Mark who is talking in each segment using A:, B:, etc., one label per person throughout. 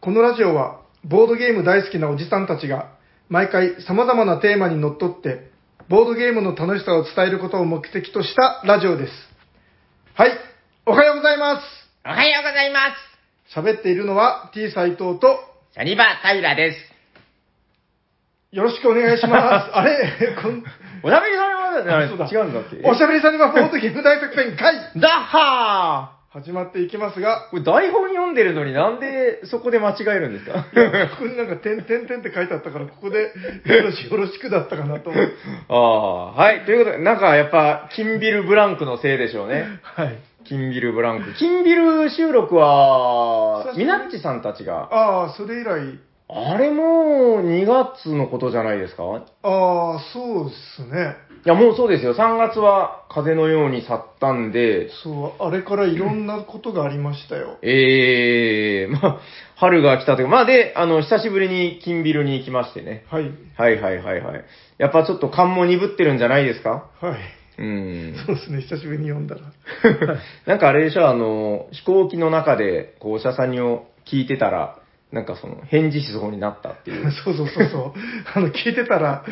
A: このラジオは、ボードゲーム大好きなおじさんたちが、毎回様々なテーマにのっとって、ボードゲームの楽しさを伝えることを目的としたラジオです。はい、おはようございま
B: おはようございます
A: 喋っているのは T 斎藤と、
B: す。シャニバ・タイラです。
A: よろしくお願い します。あれこん
B: おしゃべりさんは
A: あそうだ
B: 違うんだっけ
A: おしゃべりさんにはボードゲーム大作戦会
B: ダッハ
A: 始まっていきますが
B: ー、これ台本読んでるのになんでそこで間違えるんですか
A: いやここになんか点点点って書いてあったから、ここでよろしよろしくだったかなと思って。
B: あ あ、はい。ということで、なんかやっぱ、キンビル・ブランクのせいでしょうね。
A: はい。
B: キンビル・ブランク。キンビル収録は、ミナッチさんたちが、
A: ああ、それ以来、
B: あれも2月のことじゃないですか
A: ああ、そうですね。
B: いや、もうそうですよ。3月は風のように去ったんで、
A: そう、あれからいろんなことがありましたよ。
B: ええまあ、春が来たというか、まあで、あの、久しぶりに金ビルに行きましてね。
A: はい。
B: はいはいはいはい。やっぱちょっと勘も鈍ってるんじゃないですか
A: はい。
B: うん。
A: そうですね、久しぶりに読んだら。
B: なんかあれでしょ、あの、飛行機の中で、こう、おしゃさにを聞いてたら、なんかその、返事しそうになったっていう。
A: そうそうそうそう。あの、聞いてたら、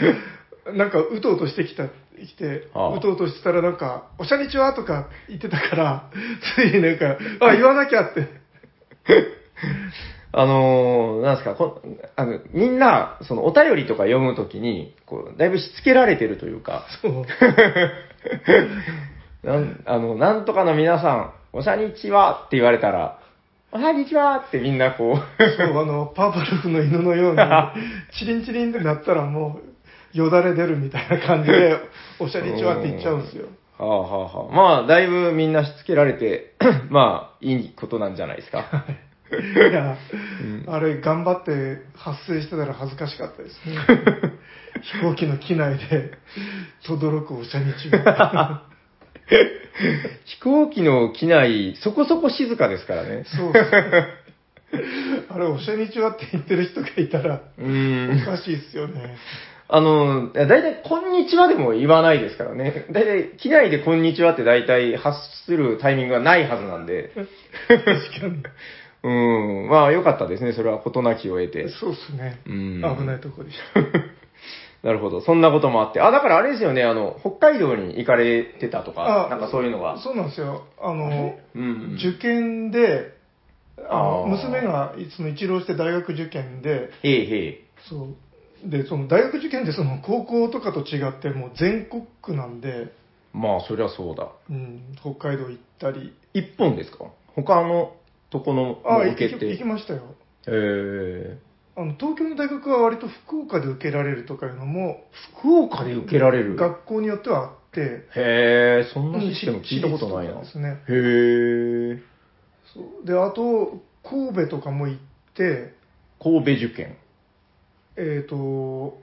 A: なんか、うとうとしてきた、きて、
B: ああ
A: うとうとしてたら、なんか、おしゃにちはとか言ってたから、ついなんか、あ、言わなきゃって。
B: あのーなんですか、こあのみんな、その、お便りとか読むときに、こう、だいぶしつけられてるというか、
A: そう。
B: なん、あの、なんとかの皆さん、おしゃにちはって言われたら、おしゃにちはってみんな こう、
A: そう、あの、パーパルフの犬の ように、チリンチリンってなったらもう、よだれ出るみたいな感じで、おしゃにちはって言っちゃうんですよ。
B: はあはあはあ、まあ、だいぶみんなしつけられて、 まあ、いいことなんじゃないです か。
A: いや、あれ、頑張って発生してたら恥ずかしかった ですね。飛行機の機内で、とどろくおしゃにちは。
B: 飛行機の機内、そこそこ静かですからね。
A: そうですね。あれ、おしゃにちはって言ってる人がいたら、
B: う
A: お
B: ん。
A: かしいですよね。
B: あの、だいたいこんにちはでも言わないですからね。だいたい機内でこんにちはってだいたい発するタイミングがないはずなんで。
A: 確かに。
B: うん。まあ、良かったですね。それは事なきを得て。
A: そうですね。
B: うん
A: 危ないとこでした。
B: なるほど。そんなこともあって。あ、だからあれですよね。あの、北海道に行かれてたとか
A: あ、
B: なんかそういうのが。
A: そうなんですよ。あの、
B: うんうん。
A: 受験で、あの
B: あー
A: 娘がその一浪して大学受験で、
B: へいへい。
A: そうでその大学受験ってその高校とかと違ってもう全国区なんで、
B: まあ、そりゃそうだ。
A: うん、北海道行ったり
B: 一本ですか他のとこの
A: ああ
B: も
A: 行
B: 受
A: き
B: けて。
A: 行
B: へ
A: きましたよ
B: え。
A: あの東京の大学は割と福岡で受けられるとかいうのも
B: 福岡で受けられる。
A: 学校によってはあって
B: へえ、そんなシステム聞いたことない
A: う
B: な。
A: ん私立とか
B: へ
A: ですね
B: え。
A: そうであと神戸とかも行って
B: 神戸受験。
A: えっ、と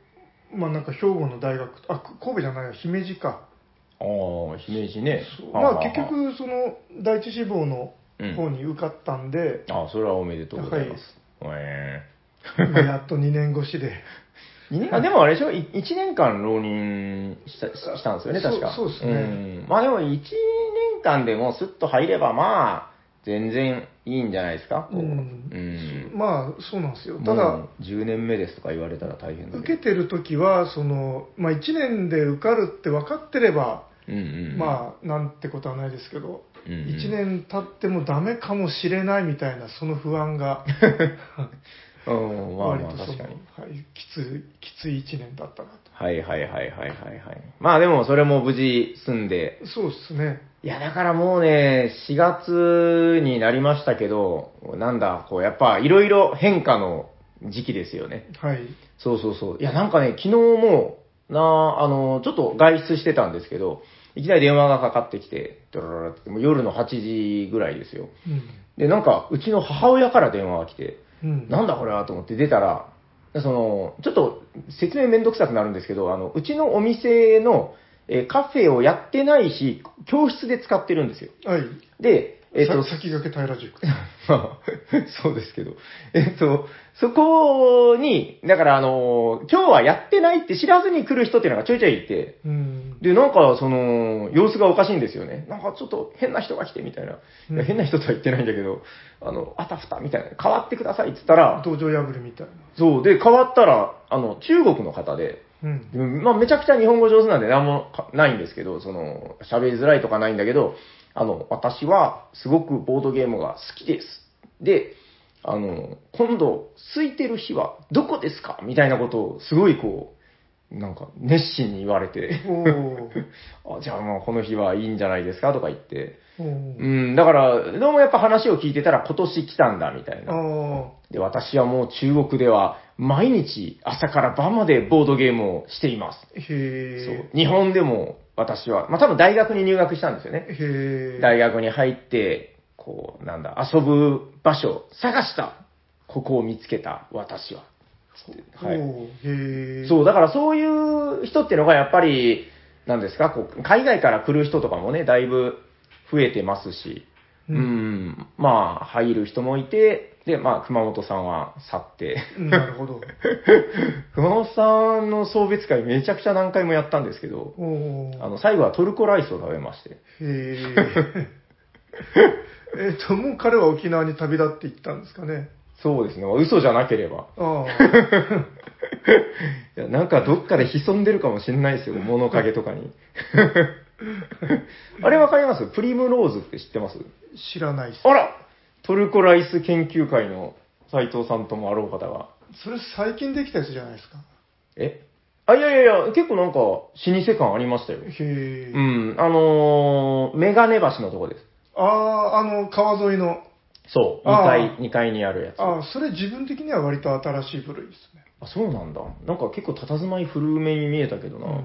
A: まあなんか兵庫の大学あく神戸じゃないや姫路か
B: ああ、姫路ね
A: そ。う
B: はは
A: まあ
B: は
A: 結。局その第一志望の方に受かったん で、
B: ああ、それはおめでとうございます。へ
A: まあやっと2年越しで
B: え。あでもあれでしょ、い1年間浪人したしたんですよね、
A: そう
B: 確か。
A: そうですね
B: んまあでも1年間でもスッと入れば、まあ、全然いいんじゃないですか。
A: うん
B: うん。
A: まあそうなんですよた
B: た
A: だ、
B: だ、10年目ですとか言われたら大変だ
A: 受け
B: け
A: てる時はその、まあ、1年で受かるって分かってれば、
B: ど。うんうん。
A: まあなんてことはないですけど、
B: あ、うんうん
A: 1年経ってもダメかもしれないみたいなその不安 が
B: うん、まあ
A: 割
B: まあ
A: とそ
B: 確
A: の、
B: かに。
A: はい、きついきつい1年だったなと
B: はいはいはいはいはいはい。まあでもそれも無事済んで、
A: そうですね
B: いや、だからもうね、4月になりましたけど、なんだ、こう、やっぱ、いろいろ変化の時期ですよね。
A: はい
B: そうそうそう。いや、なんかね、昨日も、な、あの、ちょっと外出してたんですけど、いきなり電話がかかってきて、ドロロロってもう夜の8時ぐらいですよ。で、なんか、うちの母親から電話が来て、
A: うん、うん、
B: なんだこれはと思って出たら、その、ちょっと説明めんどくさくなるんですけど、あの、うちのお店の、えーカフェをやってないし、教室で使ってるんですよ。
A: はい
B: で、えっと
A: さ、先駆け平塾。
B: まあ、そうですけど。えっと、そこに、だからあの、今日はやってないって知らずに来る人っていうのがちょいちょいいて、
A: うん。
B: で、なんか、その、様子がおかしいんですよね。なんかちょっと変な人が来てみたいな。い
A: うん
B: や変な人とは言ってないんだけど、あの、あたふたみたいな。変わってくださいって言ったら、
A: 道場破りみたいな。
B: そう。で、変わったら、あの、中国の方で、
A: うん。
B: うんまあ、めちゃくちゃ日本語上手なんで何もかないんですけど、その、喋りづらいとかないんだけど、あの、私はすごくボードゲームが好きです。で、あの、今度、空いてる日はどこですかみたいなことを、すごいこう、なんか、熱心に言われて、
A: おー
B: あじゃあもうこの日はいいんじゃないですかとか言って、
A: おー
B: うん、だから、どうもやっぱ話を聞いてたら今年来たんだ、みたいな。
A: あ
B: で、私はもう中国では毎日朝から晩までボードゲームをしています。
A: ー。へ
B: そう
A: え。。
B: 日本でも私は、まあ多分大学に入学したんですよね。
A: へえ。
B: 大学に入って、こう、なんだ、遊ぶ場所、探した。ここを見つけた、私は。つって
A: お
B: はい。
A: ーへえ。。
B: そうう、だからそういう人ってのがやっぱり、なんですか、こう、海外から来る人とかもね、だいぶ増えてますし、
A: う
B: うんん、まあ、入る人もいて、で、まあ、熊本さんは去って、
A: なるほど。
B: 熊本さんの送別会めちゃくちゃ何回もやったんですけど、
A: おー
B: あの、最後はトルコライスを食べまして。
A: へえ。 えっと、もう彼は沖縄に旅立っていったんですかね。
B: そうですね。嘘じゃなければ。
A: あ
B: いや、なんかどっかで潜んでるかもしれないです よ。物陰とかに。あれわかりますプリムローズって知ってます
A: あ、知らないっす。
B: あらトルコライス研究会の斉藤さんともあろう方が。
A: それ最近できたやつじゃないですか。
B: えあ、いやいやいや、結構なんか老舗感ありましたよ。
A: へえ。
B: うん。あのー、メガネ橋のとこです。
A: ああ、あの、川沿いの。
B: そう。
A: あ
B: 2
A: ー
B: 階、二階にあるやつ。あ
A: ああ、それ自分的には割と新しい部類ですね。
B: そうなんだ。なんか結構佇まい古めに見えたけどな。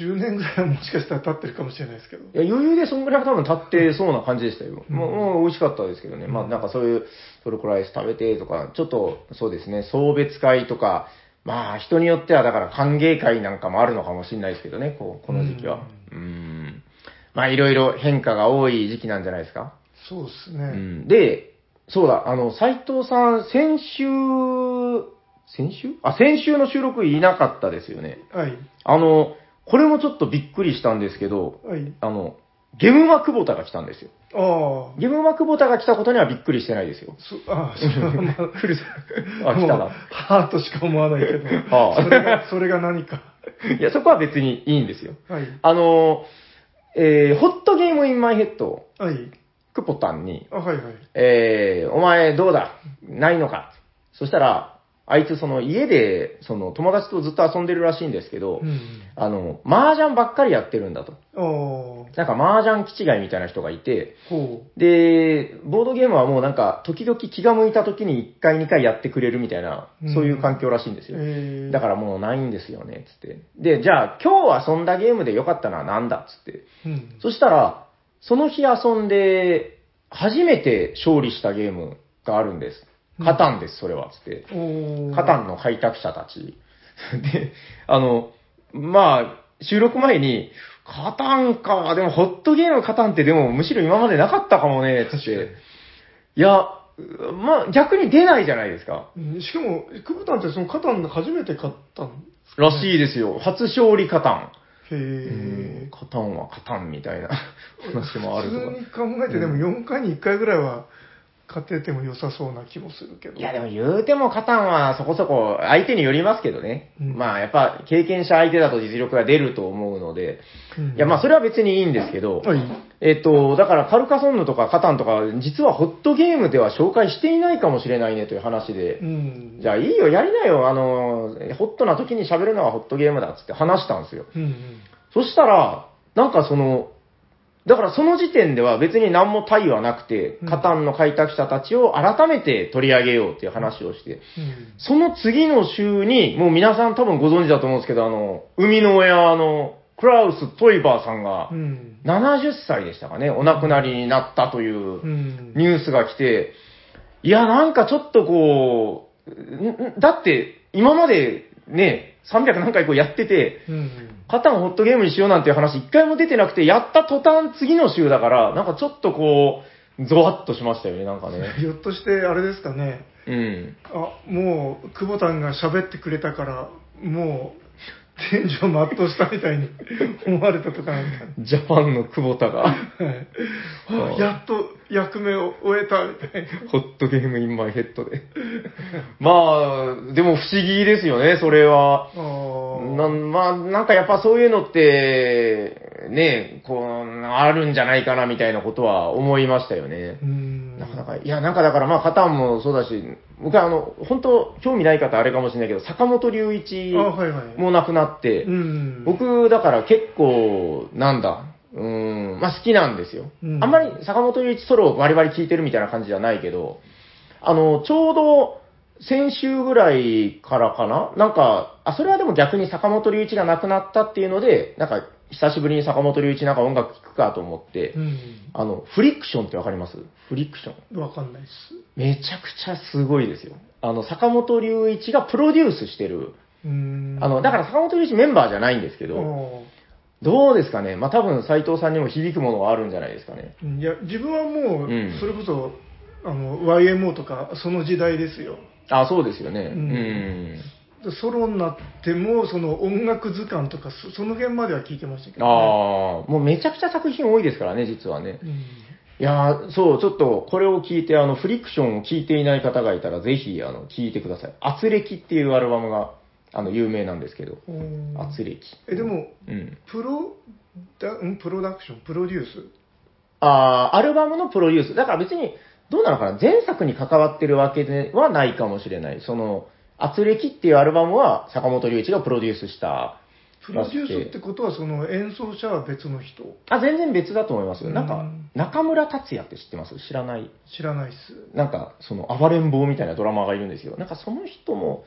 A: 10年ぐらいはもしかしたら経ってるかもしれないですけど。
B: いや、余裕でそんぐらい多分立ってそうな感じでしたよ。
A: うん
B: もう、もう美味しかったですけどね。まあ、なんかそういうトルコライス食べてとか、ちょっと、そうですね、送別会とか、まあ、人によってはだから歓迎会なんかもあるのかもしれないですけどね、こう、この時期は。うん。まあ、いろいろ変化が多い時期なんじゃないですか。
A: そうです
B: う
A: ね。
B: ん。で、そうだ、あの、斎藤さん、先週、先週あ、先週の収録いなかったですよね。
A: はい。
B: あの、これもちょっとびっくりしたんですけど、
A: はい。
B: あの、ゲムマクボタが来たんですよ。
A: ああ。
B: ゲムマクボタが来たことにはびっくりしてないですよ。
A: そああ、それはまあ、
B: 来るあ、来た
A: もう
B: な。
A: ハートしか思わないけど。
B: ああ
A: それが、それが何か。
B: いや、そこは別にいいんですよ。
A: はい。
B: あの、えー、ホットゲームインマイヘッド、
A: はい。
B: クポタンに、
A: あ、はいはい。
B: えー、お前どうだないのかそしたら、あいつその家で、その友達とずっと遊んでるらしいんですけど
A: う、ん。
B: あの、麻雀ばっかりやってるんだと。
A: ああ、ほ
B: なんか麻雀気違いみたいな人がいて、
A: う。
B: で、ボードゲームはもうなんか、時々気が向いた時に1回2回やってくれるみたいな
A: うん、
B: そういう環境らしいんですよ。
A: えー、
B: だからもうないんですよね、つって。で、じゃあ今日遊んだゲームで良かったのは何だ、つって。
A: うん、
B: そしたら、その日遊んで、初めて勝利したゲームがあるんです。カタンです、それは、つって。
A: おー
B: カタンの開拓者たち。 で、あの、まあ、収録前に、カタンか、でもホットゲームカタンってでもむしろ今までなかったかもね、つって。いや、うまあ逆に出ないじゃないですか。
A: うんしかも、クボタンってそのカタン初めて買ったん
B: らしいですよ。初勝利カタン。
A: へ
B: うん
A: え。
B: カタンはカタンみたいな 話もあるとか。
A: 普通に考えて、でも4回に1回ぐらいは買ってても良さそうな気もするけど。
B: いやでも言うてもカタンはそこそこ相手によりますけどね。
A: うん
B: まあやっぱ経験者相手だと実力が出ると思うので。
A: うん
B: いやまあそれは別にいいんですけど、
A: はい。
B: えっと、だからカルカソンヌとかカタンとか、実はホットゲームでは紹介していないかもしれないねという話で
A: う、ん。
B: じゃあいいよ、やりなよ、あの、ホットな時に喋るのはホットゲームだっつって話したんですよ。
A: うんうん。
B: そしたら、なんかその、だからその時点では別に何も対はなくて
A: うん、
B: カタンの開拓者たちを改めて取り上げようっていう話をして、
A: うん
B: その次の週に、もう皆さん多分ご存知だと思うんですけど、あの、海の親のクラウス・トイバーさんが、
A: うん。。
B: 70歳でしたかね、お亡くなりになったといううんニュースが来て、いや、なんかちょっとこう、んんだって、今までね、300何回こうやってて、
A: うん
B: カタンホットゲームにしようなんていう話一回も出てなくて、やった途端次の週だから、なんかちょっとこう、ゾワッとしましたよね、なんか
A: うん
B: ね。
A: ひょっとして、あれですかね。
B: うん。
A: あ、もう、久保田が喋ってくれたから、もう、天井全うしたみたいに思われたとかなんかね
B: ジャパンの久保田が、
A: は いあやっと役目を終えたみたいな。
B: ホットゲームインマイヘッドで。まあ、でも不思議ですよね、それは。な
A: あ
B: んまあ、なんかやっぱそういうのって、ね、こう、あるんじゃないかなみたいなことは思いましたよね
A: ーう。ん
B: なかなか、いや、なんかだから、まあ、カタンもそうだし、僕はあの、本当興味ない方あれかもしれないけど、坂本龍一
A: あ、はいはい。
B: も亡くなって
A: う、ん、
B: 僕、だから結構、なんだ、うーん、まあ、好きなんですよ。
A: うん
B: あんまり坂本龍一ソロをバリバリ聴いてるみたいな感じじゃないけど、あの、ちょうど、先週ぐらいからかななんか、あ、それはでも逆に坂本龍一が亡くなったっていうので、なんか、久しぶりに坂本龍一なんか音楽聴くかと思って、
A: うん。
B: あの、フリクションってわかりますフリクション。
A: わかんないです。
B: めちゃくちゃすごいですよ。あの、坂本龍一がプロデュースしてる。
A: うーん。
B: あの、だから坂本龍一メンバーじゃないんですけ
A: け
B: ど、どうですかねまあ、多分斎藤さんにも響くものがあるんじゃないですかね。
A: いや、自分はもう、
B: うん
A: それこそ、あの、YMO とか、その時代ですよ。
B: あ、そうですよね。うんん。
A: ソロになっても、その音楽図鑑とか、そその辺までは聞いてましたけど、ね。
B: ああ、もうめちゃくちゃ作品多いですからね、実はね。
A: うん
B: いやーそう、ちょっとこれを聞いて、あの、フリクションを聞いていない方がいたら、ぜひ、あの、聞いてください。圧力っていうアルバムが、あの、有名なんですけど、
A: おー
B: 圧力。
A: え、でも、
B: うん。
A: プロダ、んプロダクション、プロデュース。
B: あーアルバムのプロデュース。だから別に、どうなのかな前作に関わってるわけではないかもしれない。その、圧力っていうアルバムは坂本龍一がプロデュースした。
A: プロデュースってことは、その演奏者は別の人。
B: あ、全然別だと思いますよ。なん
A: う
B: か
A: ん、
B: 中村達也って知ってます知らない。
A: 知らないっす。
B: なんか、その、暴れん坊みたいなドラマーがいるんですよ。なんかその人も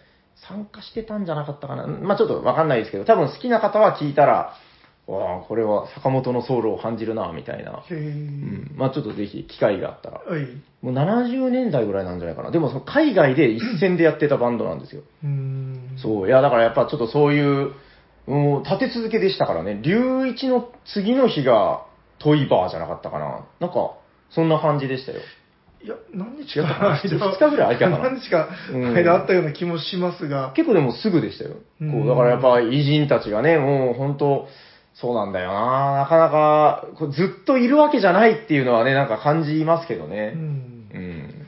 B: 参加してたんじゃなかったかな。まあちょっとわかんないですけど、多分好きな方は聞いたら、わあこれは坂本のソウルを感じるな、みたいな。
A: へえ、
B: うん。まあちょっとぜひ、機会があったら。
A: はい。
B: もう70年代ぐらいなんじゃないかな。でもその海外で一戦でやってたバンドなんですよ。
A: うん。
B: そう。いや、だからやっぱちょっとそういう、もう立て続けでしたからね。龍一の次の日がトイバーじゃなかったかな。なんか、そんな感じでしたよ。
A: いや、何日
B: 違
A: か
B: ったかな二日ぐらい空いたかな
A: 何日か間あったような気もしますが、
B: 結構でもすぐでしたよ。
A: うん
B: こう、だからやっぱ偉人たちがね、もう本当、そうなんだよななかなか、こうずっといるわけじゃないっていうのはね、なんか感じますけど
A: う
B: ね。
A: ん
B: うん。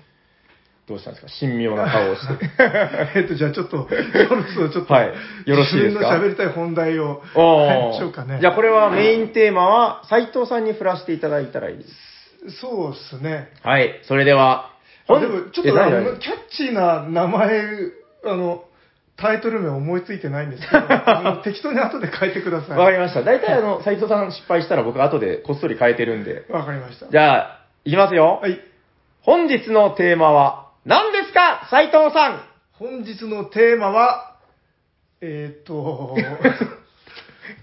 B: どうしたんですか神妙な顔をして。
A: えっと、じゃあちょっと、そろそろちょっと、
B: はいよろしいですか
A: 自分の喋りたい本題を、
B: お
A: しょうかね
B: じゃあこれはメインテーマは斉藤さんに振らせていただいたらいいです。
A: そうですね。
B: はい、それでは。
A: あでも、ちょっ
B: え
A: とあ
B: 何何
A: の、キャッチーな名前、あの、タイトル名思いついてないんです けど、あの適当に後で書いてください。
B: わか
A: わ
B: りました。大体あの、斉藤さん失敗したら僕後でこっそり変えてるんで。
A: かりました。
B: じゃあ、いきますよ。
A: はい。
B: 本日のテーマは何ですか斉藤さん
A: 本日のテーマは、えっ、 と、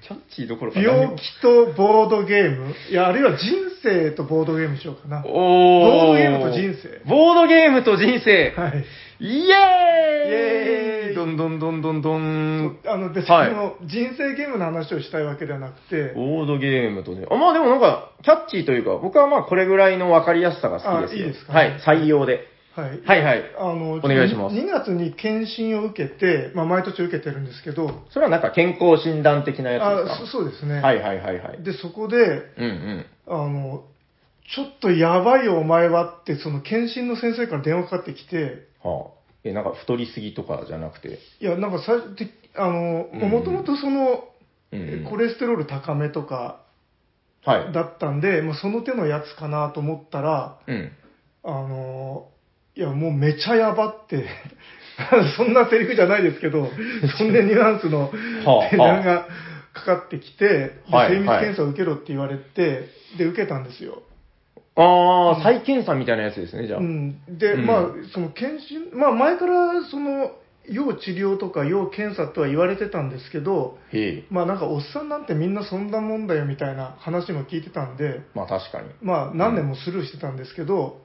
B: キャッチーどころか
A: 病気とボードゲーム。いや、あるいは人生とボードゲームしようかな。
B: お
A: ボードゲームと人生
B: ボードゲームと人生。
A: はい。
B: イ
A: イエ
B: エーイ
A: ーイ
B: どんどんどんどんどん。
A: あの別に
B: はい
A: あの人生ゲームの話をしたいわけではなくて、
B: ボードゲームとね。あ、まあでもなんか、キャッチーというか、僕はまあこれぐらいの分かりやすさが好きですよ。
A: あいいですか
B: はい、採用で。
A: はい。
B: はいはい。
A: あの、
B: お願いします
A: 2月に検診を受けて、まあ、毎年受けてるんですけど、
B: それはなんか健康診断的なやつ
A: あ
B: で
A: そ
B: す
A: そうですね。
B: かはいはいはいはい。
A: で、そこで、
B: うんうん。
A: あの、ちょっとやばいよお前はって、その検診の先生から電話かかってきて、
B: はあ。え、なんか太りすぎとかじゃなくて。
A: いや、なんかさ、であの、
B: うん
A: もともとその、
B: うんうん
A: コレステロール高めとか
B: はい。
A: だったんで、もうその手のやつかなと思ったら、
B: うん。
A: あの、いや、もうめちゃやばって、 そんなセリフじゃないですけど、そんなニュアンスの
B: はあ
A: 電話がかかってきて、で
B: はい
A: 精密検査を受けろって言われて、で、受けたんですよ。
B: ああ、再検査みたいなやつですね、じゃあ。
A: うん、で、
B: うん
A: まあ、その検診、まあ、前から、その、要治療とか要検査とは言われてたんですけど、
B: へえ。
A: まあ、なんか、おっさんなんてみんなそんなもんだよみたいな話も聞いてたんで、
B: まあ確かに。
A: まあ、何年もスルーしてたんですけど、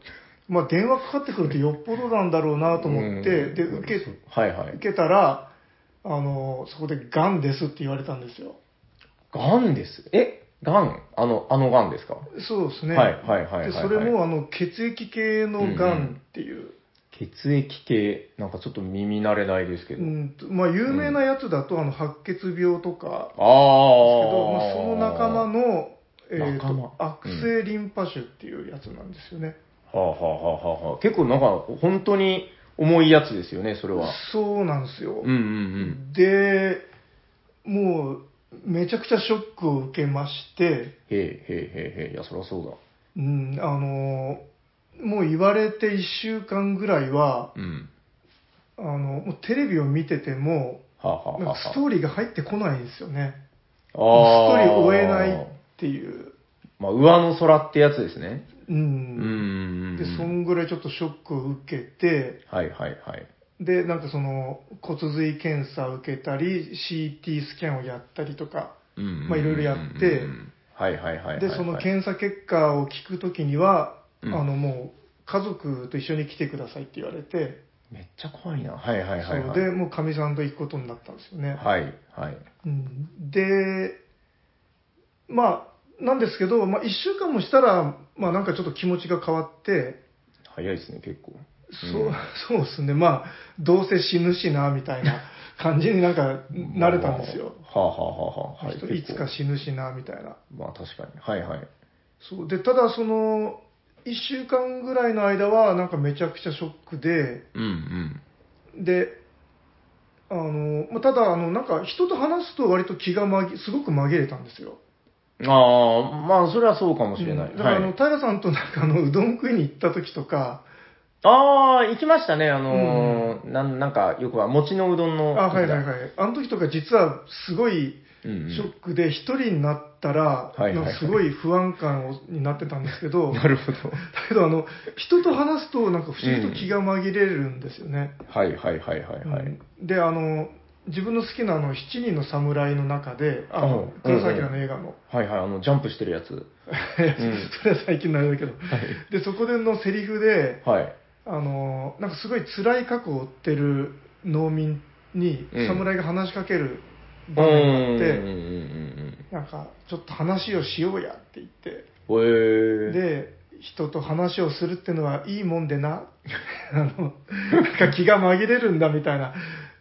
A: まあ、電話かかってくるとよっぽどなんだろうなと思って、
B: うん
A: で、受け、受
B: はいはい。
A: けたら、ああの、そこでガンですって言われたんですよ。
B: ガンです。えガンあの、あのガンですか
A: そうですね。
B: はいはいはいはいはい
A: でそれも、あの、血液系のガンっていう、
B: 血液系、なんかちょっと耳慣れないですけ
A: う
B: ど。
A: んとまあ、有名なやつだと、あの、白血病とか、
B: あ
A: ですけ
B: あ
A: ど、。まあ、その仲間の、えー
B: 仲間
A: と悪性リンパ腫っていうやつなんですよね。
B: はあ、はあはあはあはあ、結構なんか本当に重いやつですよね、それは。
A: そうなんですよ。
B: うんうん
A: で、もう、めちゃくちゃショックを受けまして、
B: うん。へえへえへえへえ、いや、そりゃそうだ。
A: うん、あのー、もう言われて1週間ぐらいは、
B: うん。
A: あの、もうテレビを見てても、
B: はあ、はあ
A: なん
B: はあは
A: かス
B: あ。
A: トーリーが入ってこないんですよね。
B: ス
A: ストーリー追えないっていう。
B: まあ、上の空ってやつですね。
A: う
B: うんうん
A: ん。
B: うんう
A: で、そ
B: ん。
A: んぐらいちょっとショックを受けて、
B: はいはいはい。
A: で、なんかその骨髄検査を受けたり、CT スキャンをやったりとか、
B: うんうんうんうん
A: まあいろいろやって、
B: はいはいはいはいはい。
A: で、その検査結果を聞くときには、
B: うん
A: あのもう、家族と一緒に来てくださいって言われて、
B: めっちゃ怖いな。はいはいはいはい。
A: そうで、もうかみさんと行くことになったんですよね。
B: はいはい。
A: うんで、まあ、なんですけど、まあ、1週間もしたら、まあ、なんかちょっと気持ちが変わって、
B: 早いですね、結構。
A: そう
B: うん
A: そうですね、まあ、どうせ死ぬしな、みたいな感じになんか慣れたんですよ。
B: はあはあはあはあ。はいい、
A: いつか死ぬしな、みたいな。
B: まあ確かに。はいはい。
A: そうで、ただその、1週間ぐらいの間は、なんかめちゃくちゃショックで、
B: うんうん。
A: で、あの、まあ、ただ、あの、なんか人と話すと割と気がまぎ、すごく紛れたんですよ。
B: ああ、まあそれはそうかもしれない。
A: うんだからあの、
B: はい、
A: 平さんとなんかあの、うどん食いに行った時とか、
B: ああ、行きましたね。あのーなん、なんかよくは餅のうどん
A: あ、
B: の。
A: はいはいはい。あの時とか実はすごい
B: うんうん
A: ショックで、一人になったら、
B: はいはい
A: な
B: は
A: ん
B: い
A: かすごい不安感をになってたんですけど、だ
B: なるほ ど。
A: けどあの、人と話すとなんか不思議と気が紛れるんですよね。
B: はいはいはいはいはい。
A: うんで、あの、自分の好きなあの、七人の侍の中で、あ
B: う
A: の
B: ん、
A: 黒崎の映画の、
B: はいはい、あの、ジャンプしてるやつ。ん
A: それは最近のあれだけど、で、そこでのセリフで、
B: はい。
A: あのなんかすごい辛い過去を追ってる農民に
B: うん
A: 侍が話しかける
B: うん。
A: 場面があっ
B: うん
A: て、
B: うんうん
A: なんかちょっと話をしようやって言って、
B: うん。へえ。
A: で人と話をするってのはいいもんでな あのなんか気が紛れるんだみたいな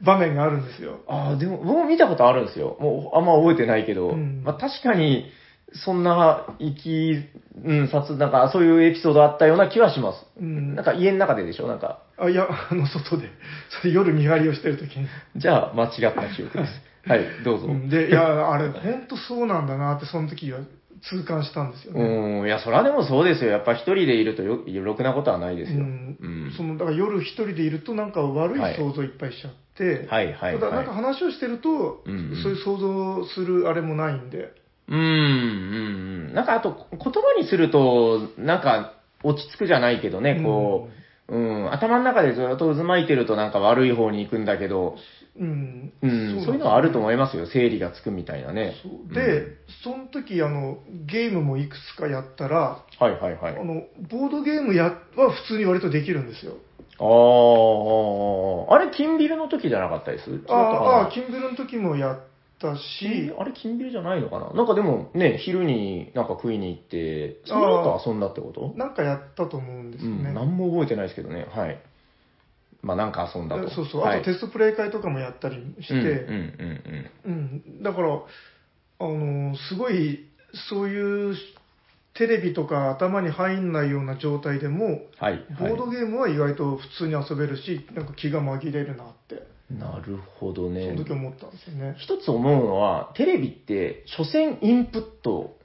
A: 場面があるんですよ。
B: ああ、でも、僕も見たことあるんですよ。もう、あんま覚えてないけど。
A: うん
B: まあ確かに、そんな、生き、うん、さつ、なんか、そういうエピソードあったような気はします。
A: うん
B: なんか、家の中ででしょなんか。
A: あいやあの外でそれ夜見張りをしてる時に。
B: じゃあ、間違った記憶 です。はい、どうぞ。
A: うんでいやあれ本当そうなんだなってその時は痛感したんですよね。
B: うん、いや、そらでもそうですよ。やっぱ一人でいるとよ、ろくなことはないですよ。
A: う
B: うんん。
A: そのだから夜一人でいるとなんか悪い想像いっぱいしちゃって、
B: はいはいはい
A: ただなんか話をしてると、
B: うんうん
A: そういう想像するあれもないんで、
B: うん、うん、うん。なんか、あと、言葉にすると、なんか、落ち着くじゃないけどね、こう、うん、頭の中でずっと渦巻いてるとなんか悪い方に行くんだけど、
A: うん
B: うん、そういうのはあると思
A: い
B: いますよ。整理がつくみたいなね。
A: そうで、その時あのゲームもいくつかやったら、
B: はいはいはい。
A: あ
B: あ
A: のボードゲームやは普通に割とできるんですよ。
B: あー、あれ、金ビルの時じゃなかったです違った
A: あ
B: かな
A: あ、キンブルの時もやったし、
B: あれ、金ビルじゃないのかななんかでもね、昼になんか食いに行って、その後遊んだってこと
A: なんかやったと思うんです
B: う
A: よ
B: ん、
A: ね。
B: 何も覚えてないですけどね。はい。まあなんか遊んだと。
A: そうそう、
B: はい
A: あとテストプレイ会とかもやったりして、
B: うんうんうん
A: うん、だから、あのすごい、そういうテレビとか頭に入んないような状態でも、
B: うん。はい。
A: ボ
B: はい
A: ードゲームは意外と普通に遊べるし、なんか気が紛れるなって、
B: なるほど
A: そ
B: ね
A: の。時思ったんですよね。
B: 一つ思うのは、テレビって、所詮インプット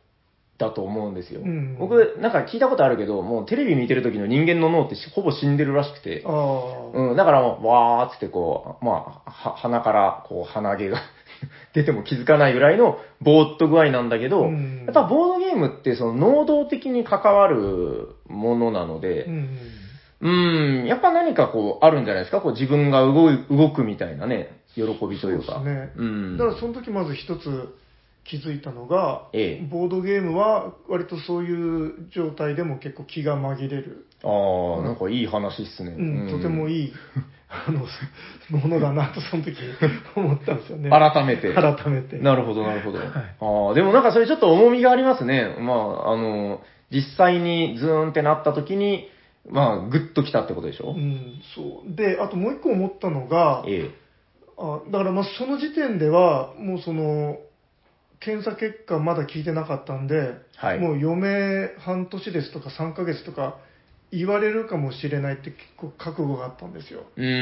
B: だと思うんですよ。
A: うん
B: 僕、なんか聞いたことあるけど、もうテレビ見てる時の人間の脳ってほぼ死んでるらしくて。
A: ああ、
B: うん、だからもう、わーっつってこう、まあ、は鼻から、こう、鼻毛が 出ても気づかないぐらいのぼーっと具合なんだけど、
A: うん
B: やっぱボードゲームって、その、能動的に関わるものなの
A: う
B: で、
A: ん、
B: うん、やっぱ何かこう、あるんじゃないですか、こう、自分が動い動くみたいなね、喜びというか。
A: そうですね
B: ん。
A: だからその時まず一つ気づいたのが、
B: ええ
A: ボードゲームは割とそういう状態でも結構気が紛れる。
B: ああ、なんかいい話っすね。
A: うん、とても
B: い。
A: いい、あの、ものだなと、その時思ったんですよね。
B: 改めて。
A: 改めて。
B: なるほど、なるほど。ああ、でもなんかそれちょっと重みがありますね。まあ、あの、実際にズーンってなった時に、まあ、グッときたってことでし
A: う
B: ょ、
A: ん、そう。で、あともう一個思ったのが、
B: ええ。
A: あだからまあその時点では、もうその、検査結果まだ聞いてなかったんで、
B: はい
A: もう余命半年ですとか3ヶ月とか言われるかもしれないって結構覚悟があったんですよ。
B: うん、うん、う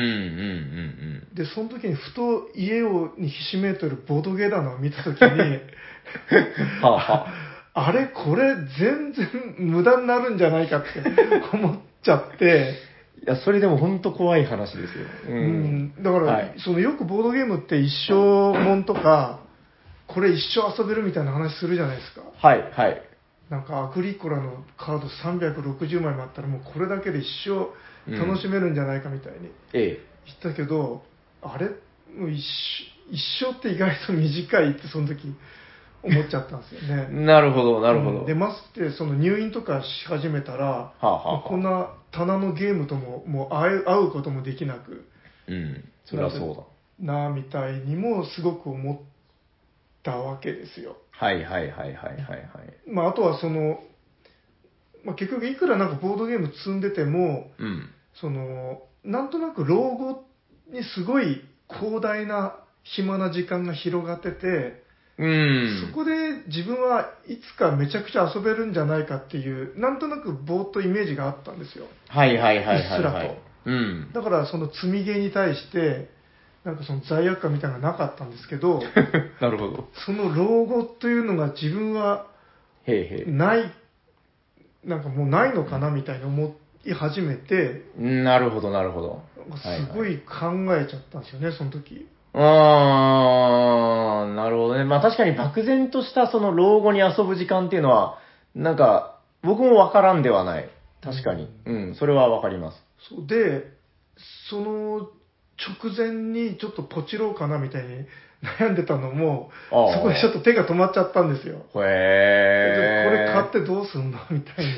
B: ん、
A: で、その時にふと家をにひしめいてるボードゲー棚を見た時に、
B: うん。はあ、はあ。
A: あれ、これ全然無駄になるんじゃないかって 思っちゃって、
B: いや、それでも本当怖い話ですよ。う。
A: うんん、だから、
B: はい
A: そのよくボードゲームって一生もんとか、これ一生遊べるみたいな話するじゃないですか。
B: はい、はい。
A: なんかアクリコラのカード360枚もあったらもうこれだけで一生楽しめるんじゃないかみたいに
B: え
A: 言ったけど、あれもう一生一生って意外と短いってその時思っちゃったんですよ
B: え
A: ね。
B: なるほど、なるほ
A: う
B: ど。
A: んで、ましてその入院とかし始めたら、
B: はあ、はあはあ、
A: こんな棚のゲームとももう会う会うこともできなく
B: うん。それはそうだ。
A: なあみたいにもすごく思ったわけですよ。
B: はいはいはいはいはいはい。
A: まあ、あとはその、まあ、結局いくらなんかボードゲーム積んでても
B: うん。
A: そのなんとなく老後にすごい広大な暇な時間が広がってて、
B: うん。
A: そこで自分はいつかめちゃくちゃ遊べるんじゃないかっていうなんとなくぼーっとイメージがあったんですよ
B: はいはいはいはい、はい。
A: うっすらと
B: うん。
A: だからその積みゲーに対してなんかその罪悪感みたいなのがなかったんですけ ど
B: なるほど。
A: その老後というのが自分は
B: へえへ
A: ないなんかもうないのかなみたいに思い始めて
B: え。なるほどなるほど。
A: すご
B: はいはい。
A: い考えちゃったんですよねその時
B: あー、なるほどね。まあ確かに漠然としたその老後に遊ぶ時間っていうのは、なんか、僕もわからんではない。確かに。うん、それはわかります。
A: そうでその直前にちょっとポチろうかなみたいに悩んでたのも
B: ああ
A: そこでちょっと手が止まっちゃったんですよ
B: へ
A: でこ
B: え。
A: れ買ってどうすんのみたいに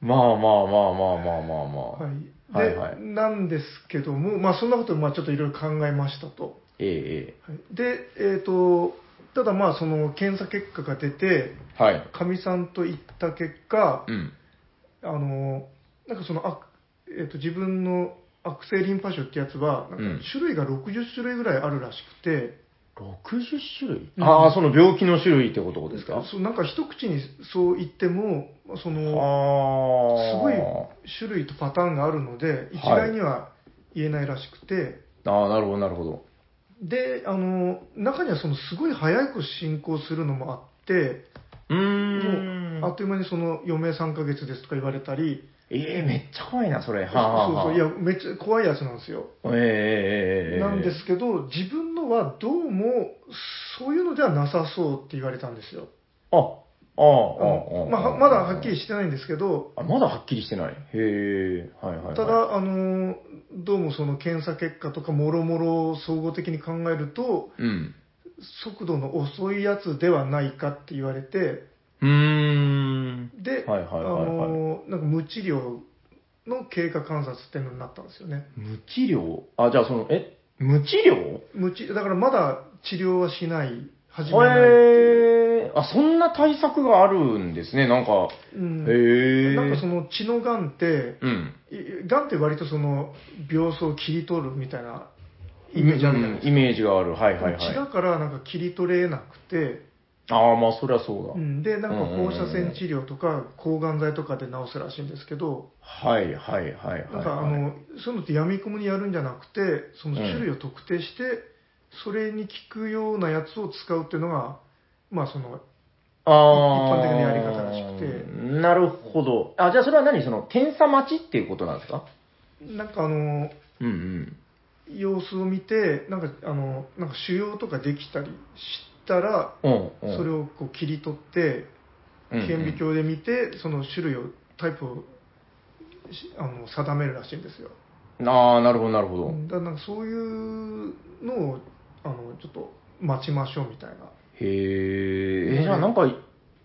B: まあまあまあまあまあまあまあ。
A: はいで、
B: はいはい
A: なんですけども、まあ、そんなことまあちょっといろいろ考えましたと、
B: えええ
A: はいで、えー、とただまあその検査結果が出て
B: え。はい。
A: かみさんと行った結果、
B: うん。
A: あのなんかそのあ、えー、と自分の悪性リンパ腫ってやつはなんか
B: うん
A: 種類が60種類ぐらいあるらしくて、
B: 60種類
A: うん
B: ああ、その病気の種類ってことですか
A: そうなんか一口にそう言ってもまあそ
B: あ
A: の
B: ー
A: すごい種類とパターンがあるので一
B: はい
A: 概には言えないらしくて、
B: ああ、なるほど、なるほど。
A: であの中にはそのすごい早く進行するのもあって、
B: うーん。
A: もうあっという間にその余命3ヶ月ですとか言われたり、
B: ええめっちゃ怖いな、それ。はあ、はあ
A: そうそう
B: はあ、
A: いやめっちゃ怖いやつなんですよ。
B: ええええええええ
A: なんですけど、自分のはどうもそういうのではなさそうって言われたんですよ。
B: あ、あ
A: あ
B: あ、あ
A: の
B: あ。
A: まあ、はまだはっきりしてないんですけど、
B: あ、まだはっきりしてない。へえ、はいはい、はい。
A: た、だ、あのーどうもその検査結果とか、もろもろ総合的に考えると、
B: うん。
A: 速度の遅いやつではないかって言われて、
B: うーん。
A: で、
B: はいはいはいはい
A: あのーなんか無治療の経過観察っていうのになったんですよね。
B: 無治療あ、じゃあその、え、無治療
A: 無治だからまだ治療はしない、始めない。
B: へえ、あ、そんな対策があるんですね、なんか。
A: うん
B: へえ。
A: なんかその血のがんって、
B: うん。
A: がんって割とその病巣を切り取るみたいなイメージあるじゃないです
B: イメージがある。はい
A: か、
B: はいはい
A: 血。だからなんか切り取れなくて、
B: ああ、まあそりゃそうだ。
A: うんでなんか放射線治療とか抗がん剤とかで治すらしいんですけど、
B: はいはいはいはい、
A: なんかあの、
B: はい。
A: そういうのってやみくもにやるんじゃなくてその種類を特定して、それに効くようなやつを使うっていうのがまあその
B: あー
A: 一般的なやり方らしく
B: なるほど。あ、じゃあそれは何その、検査待ちっていうことなんですか
A: なんかあの
B: うんうん。
A: 様子を見てなんかあのなんか腫瘍とかできたりしたら
B: うん、うん。
A: それ
B: を、
A: をこう切り取って顕微鏡で見てその種類をタイプをしあの定めるらしいんですよ
B: ああ、なるほどなるほど。
A: だからなんかそういうのをあのちょっと待ちましょうみたいな
B: へえ、じゃあなんか、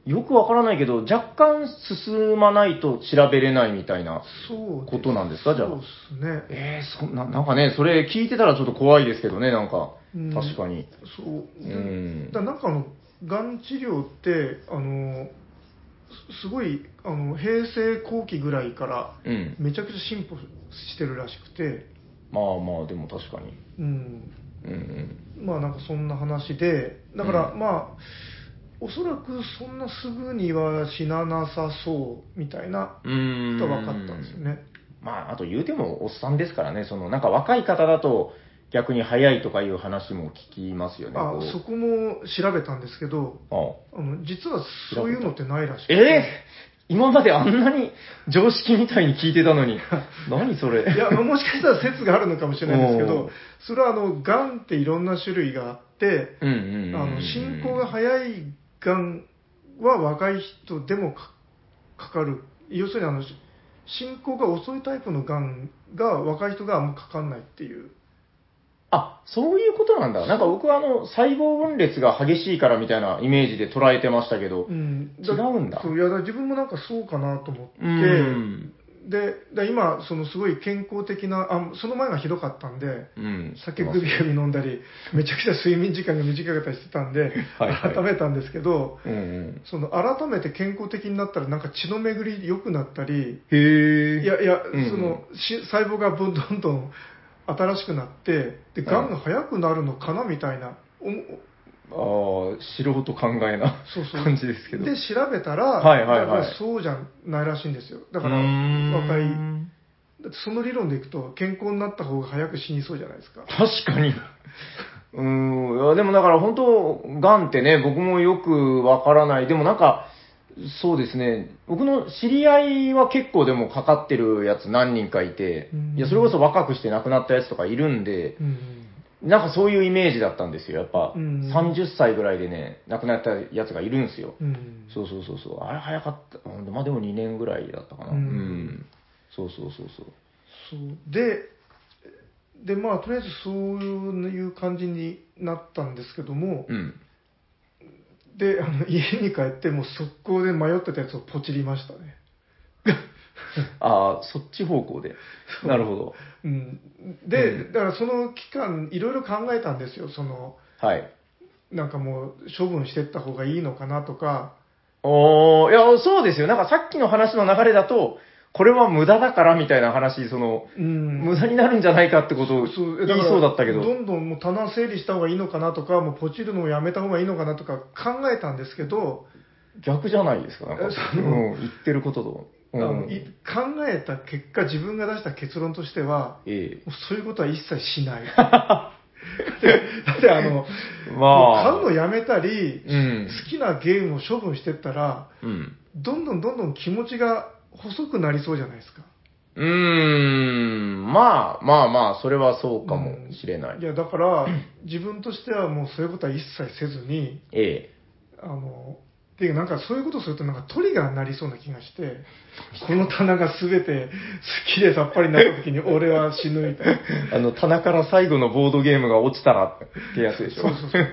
B: よくわからないけど、若干進まないと調べれないみたいな。
A: そうです
B: ことなんですかじゃあ
A: そうですね。
B: えー、そんな、なんかね、それ聞いてたらちょっと怖いですけどね、なんか
A: うん。
B: 確かに。
A: そう。で
B: うん
A: だからなんかあの、がん治療って、あの、すすごい、あの、平成後期ぐらいから、
B: うん。
A: めちゃくちゃ進歩してるらしくて、
B: まあまあ、でも確かに。
A: うん。
B: うんうん。
A: まあなんかそんな話で、だから
B: うん
A: まあ、おそらくそんなすぐには死ななさそうみたいな
B: うーん。
A: ことは分かったんですよね。
B: まあ、あと言うてもおっさんですからね、その、なんか若い方だと逆に早いとかいう話も聞きますよね。
A: あ
B: こう
A: そこも調べたんですけど、
B: あ
A: あの実はそういうのってないらしくて、
B: ええ今まであんなに常識みたいに聞いてた のに。何それ。
A: いや、まあもしかしたら説があるのかもしれないですけ
B: お
A: ど
B: う、
A: それはあの、がんっていろんな種類があって、
B: うん
A: あ
B: うんうん、
A: の進行が早いがんは若い人でもかかかる、要するにあのし進行が遅いタイプのがんが若い人があんまかかんないっていう、
B: あ、そういうことなんだ。なんか僕はあの、細胞分裂が激しいからみたいなイメージで捉えてましたけど。
A: うん、
B: 違うんだ
A: そういやだから自分もなんかそうかなと思って。
B: うん。
A: でだ今、そのすごい健康的なあ、その前がひどかったんで、
B: うん。
A: 酒ぐびぐび飲んだり、めちゃくちゃ睡眠時間が短かったりしてたんで、
B: はいはい
A: 改めたんですけど、
B: うんうん。
A: その改めて健康的になったら、なんか血の巡り良くなったり、
B: へえ。
A: いやいや、
B: うん
A: そのし細胞がどんどんどん新しくなって、で、がんが早くなるのかなみたいな、おも
B: ああ、素人考えな
A: そうそう
B: 感じですけど。
A: で、調べたら、
B: はいはいはい
A: だからそうじゃないらしいんですよ。だから、
B: うーん
A: 若い、だってその理論でいくと、健康になった方が早く死にそうじゃないですか。
B: 確かに。 うーん、いやでもだから本当、ガンってね、僕もよくわからない。でもなんか、そうですね、僕の知り合いは結構でもかかってるやつ何人かいて
A: うん、
B: いや、それこそ若くして亡くなったやつとかいるんで、
A: うん
B: なんかそういうイメージだったんですよ。やっぱ、
A: うん
B: 30歳ぐらいでね、亡くなったやつがいるんですよ。
A: うん
B: そうそうそうそう。あれ早かった。うんまあでも2年ぐらいだったかな。
A: う
B: うんん。そうそうそうそう。
A: そうででまあとりあえずそういう感じになったんですけども、
B: うん。
A: であの家に帰ってもう速攻で迷ってたやつをポチりましたね、
B: ああ、そっち方向で。なるほど。
A: うん、で、
B: う
A: だからその期間いろいろ考えたんですよその
B: はい。
A: なんかもう処分してった方がいいのかなとか
B: おーいや、そうですよ。なんかさっきの話の流れだと、これは無駄だからみたいな話、その、
A: うん
B: 無駄になるんじゃないかってことを言い
A: そうから
B: そうだったけど。
A: どんどんもう棚整理した方がいいのかなとかもうポチるのをやめた方がいいのかなとか考えたんですけど、
B: 逆じゃないですか、なんか。
A: え
B: う
A: その
B: ん、言ってることと。う
A: あの
B: ん。
A: い
B: え
A: 考えた結果自分が出した結論としては
B: え。
A: もうそういうことは一切し ない。だってあの、もう買う
B: まあ。
A: のやめたり、
B: うん。
A: 好きなゲームを処分してったら、
B: うん。
A: どんどんどんどん気持ちが細くなりそうじゃないですか。
B: うーん。まあまあまあ、それはそうかもしれない
A: い。や、だ から、自分としてはもうそういうことは一切せずに、
B: ええ。
A: あの、っていうかなんかそういうことするとなんかトリガーになりそうな気がして、この棚が全て好きでさっぱりになった時に俺は死ぬみたいな。
B: あの、棚から最後のボードゲームが落ちたらってやつでしょ。
A: そうそうそう。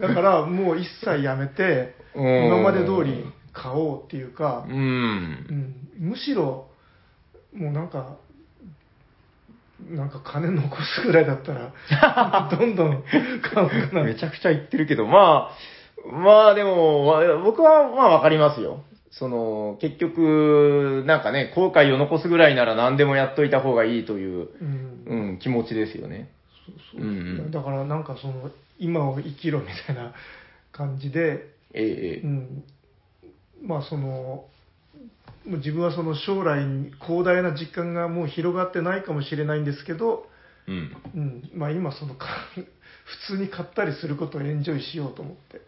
A: だからもう一切やめて、
B: うん
A: 今まで通り買おうっていうか、
B: うん。
A: うんむしろ、もうなんか、なんか金残すぐらいだった ら、どんどん買おうかな。
B: めちゃくちゃ言ってるけど、まあ、まあでも、わ僕はまあわかりますよ。その、結局、なんかね、後悔を残すぐらいなら何でもやっといた方がいいという、
A: うん
B: うん、気持ちですよね。
A: そうそう
B: うんうん
A: だからなんかその、今を生きろみたいな感じで、
B: えええ
A: う
B: え。
A: ん、まあその、もう自分はその将来に広大な実感がもう広がってないかもしれないんですけど、
B: うん。
A: うん、まあ今そのか 普通に買ったりすることをエンジョイしようと思って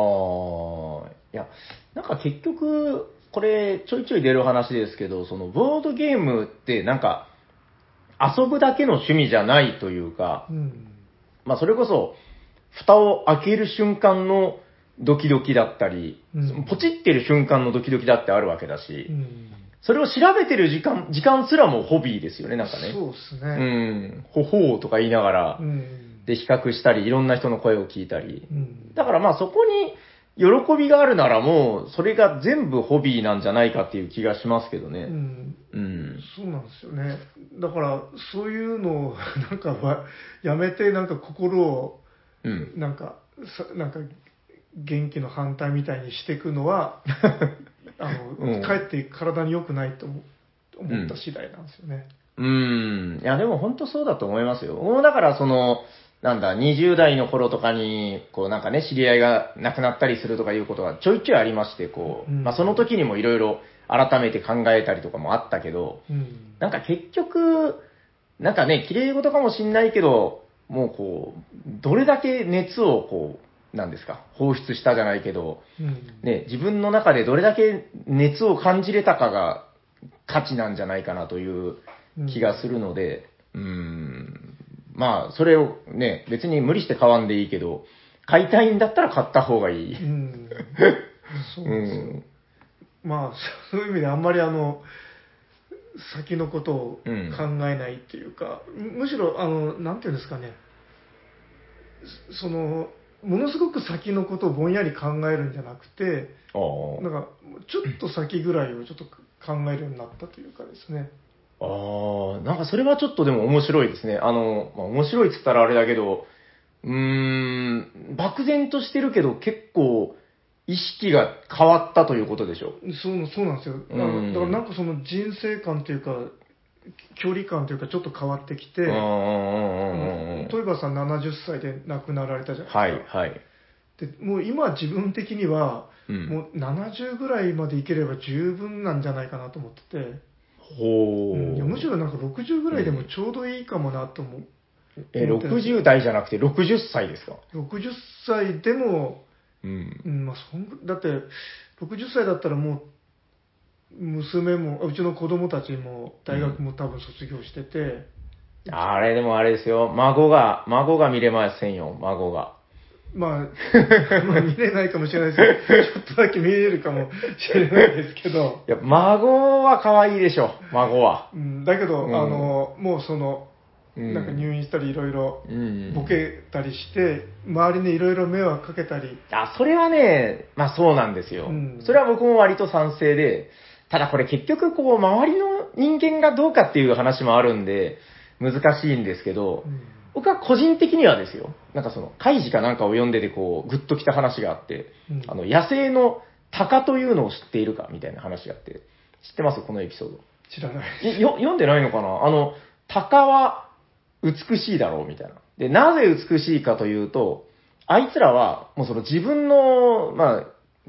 B: ああ、いや、なんか結局、これちょいちょい出る話ですけど、そのボードゲームってなんか、遊ぶだけの趣味じゃないというか、
A: うん
B: まあそれこそ、蓋を開ける瞬間のドキドキだったり、
A: うん
B: ポチってる瞬間のドキドキだってあるわけだし、
A: うん
B: それを調べてる時間、時間すらもホビーですよね、なんかね。
A: そうです
B: う
A: ね
B: ん。ほほうとか言いながら
A: う、ん
B: で比較したり、いろんな人の声を聞いたり、
A: うん
B: だからまあそこに喜びがあるならもう、それが全部ホビーなんじゃないかっていう気がしますけど
A: う
B: ね。
A: ん、
B: うん。
A: そうなんですよね。だから、そういうのを、なんか わ、やめて、なんか心を、
B: うん。
A: なんか、さなんか、元気の反対みたいにしていくのは、 あの、
B: うん
A: かえって体に良くないと思思った次第なんですよね。
B: うん。いや、でも本当そうだと思いますよ。もうだからその、なんだ、20代の頃とかに、こうなんかね、知り合いが亡くなったりするとかいうことがちょいちょいありまして、こう、
A: うん
B: まあその時にもいろいろ改めて考えたりとかもあったけど、
A: うん。
B: なんか結局、なんかね、綺麗事かもしんないけど、もうこう、どれだけ熱をこう、なんですか、放出したじゃないけど、
A: うん。
B: ね、自分の中でどれだけ熱を感じれたかが価値なんじゃないかなという気がするので、うーん、まあ、それをね、別に無理して買わんでいいけど、買いたいんだったら買った方がいい。
A: うん。そううですよ。
B: ん。
A: まあ、そういう意味であんまりあの、先のことを考
B: うん
A: えないっていうか、むむしろ、あの、なんていうんですかね、そその、ものすごく先のことをぼんやり考えるんじゃなくて、
B: ああ
A: なんか、ちょっと先ぐらいをちょっと考えるようになったというかですね。
B: ああ、なんかそれはちょっとでも面白いですね。あの、まあ、面白いって言ったらあれだけど、うーん、漠然としてるけど結構意識が変わったということでしょ
A: そうそうなんですよ。あ
B: う
A: の
B: ん
A: だからなんかその人生観というか、距離感というかちょっと変わってきて、
B: う。うんう
A: あ
B: んうんうんうん
A: のトイバーさん70歳で亡くなられたじゃな
B: はいい
A: ですか。
B: はい。
A: でもう今自分的には、
B: うん
A: もう70ぐらいまでいければ十分なんじゃないかなと思ってて、
B: ほ
A: うんいや
B: う。
A: むしろなんか60ぐらいでもちょうどいいかもなと思う、
B: え、60代じゃなくて60歳ですか
A: 60歳でも、
B: うん。
A: うんまあ、そんぐだって60歳だったらもう娘もあうちの子供たちも大学も多分卒業してて、
B: あれでもあれですよ。孫が、孫が見れませんよ、孫が。
A: まあ、 まあ見れないかもしれないですけどちょっとだけ見れるかもしれないですけど。
B: いや、孫は可愛いでしょ、孫は。
A: うんだけど、
B: うん
A: あのもうその
B: うん
A: なんか入院したりいろいろ
B: うん。
A: ボケたりして、周りにいろいろ迷惑かけたり
B: あ、それはね、まあそうなんですよ。
A: うん
B: それは僕も割と賛成で、ただこれ結局こう周りの人間がどうかっていう話もあるんで、難しいんですけど、僕は個人的にはですよ、なんかその、カイジかなんかを読んでてこう、グッときた話があって、
A: うん
B: あの、野生の鷹というのを知っているかみたいな話があって、知ってますこのエピソード。
A: 知らない。
B: えよ読んでないのかなあの、鷹は美しいだろうみたいな。で、なぜ美しいかというと、あいつらは、もうその自分の、まあ、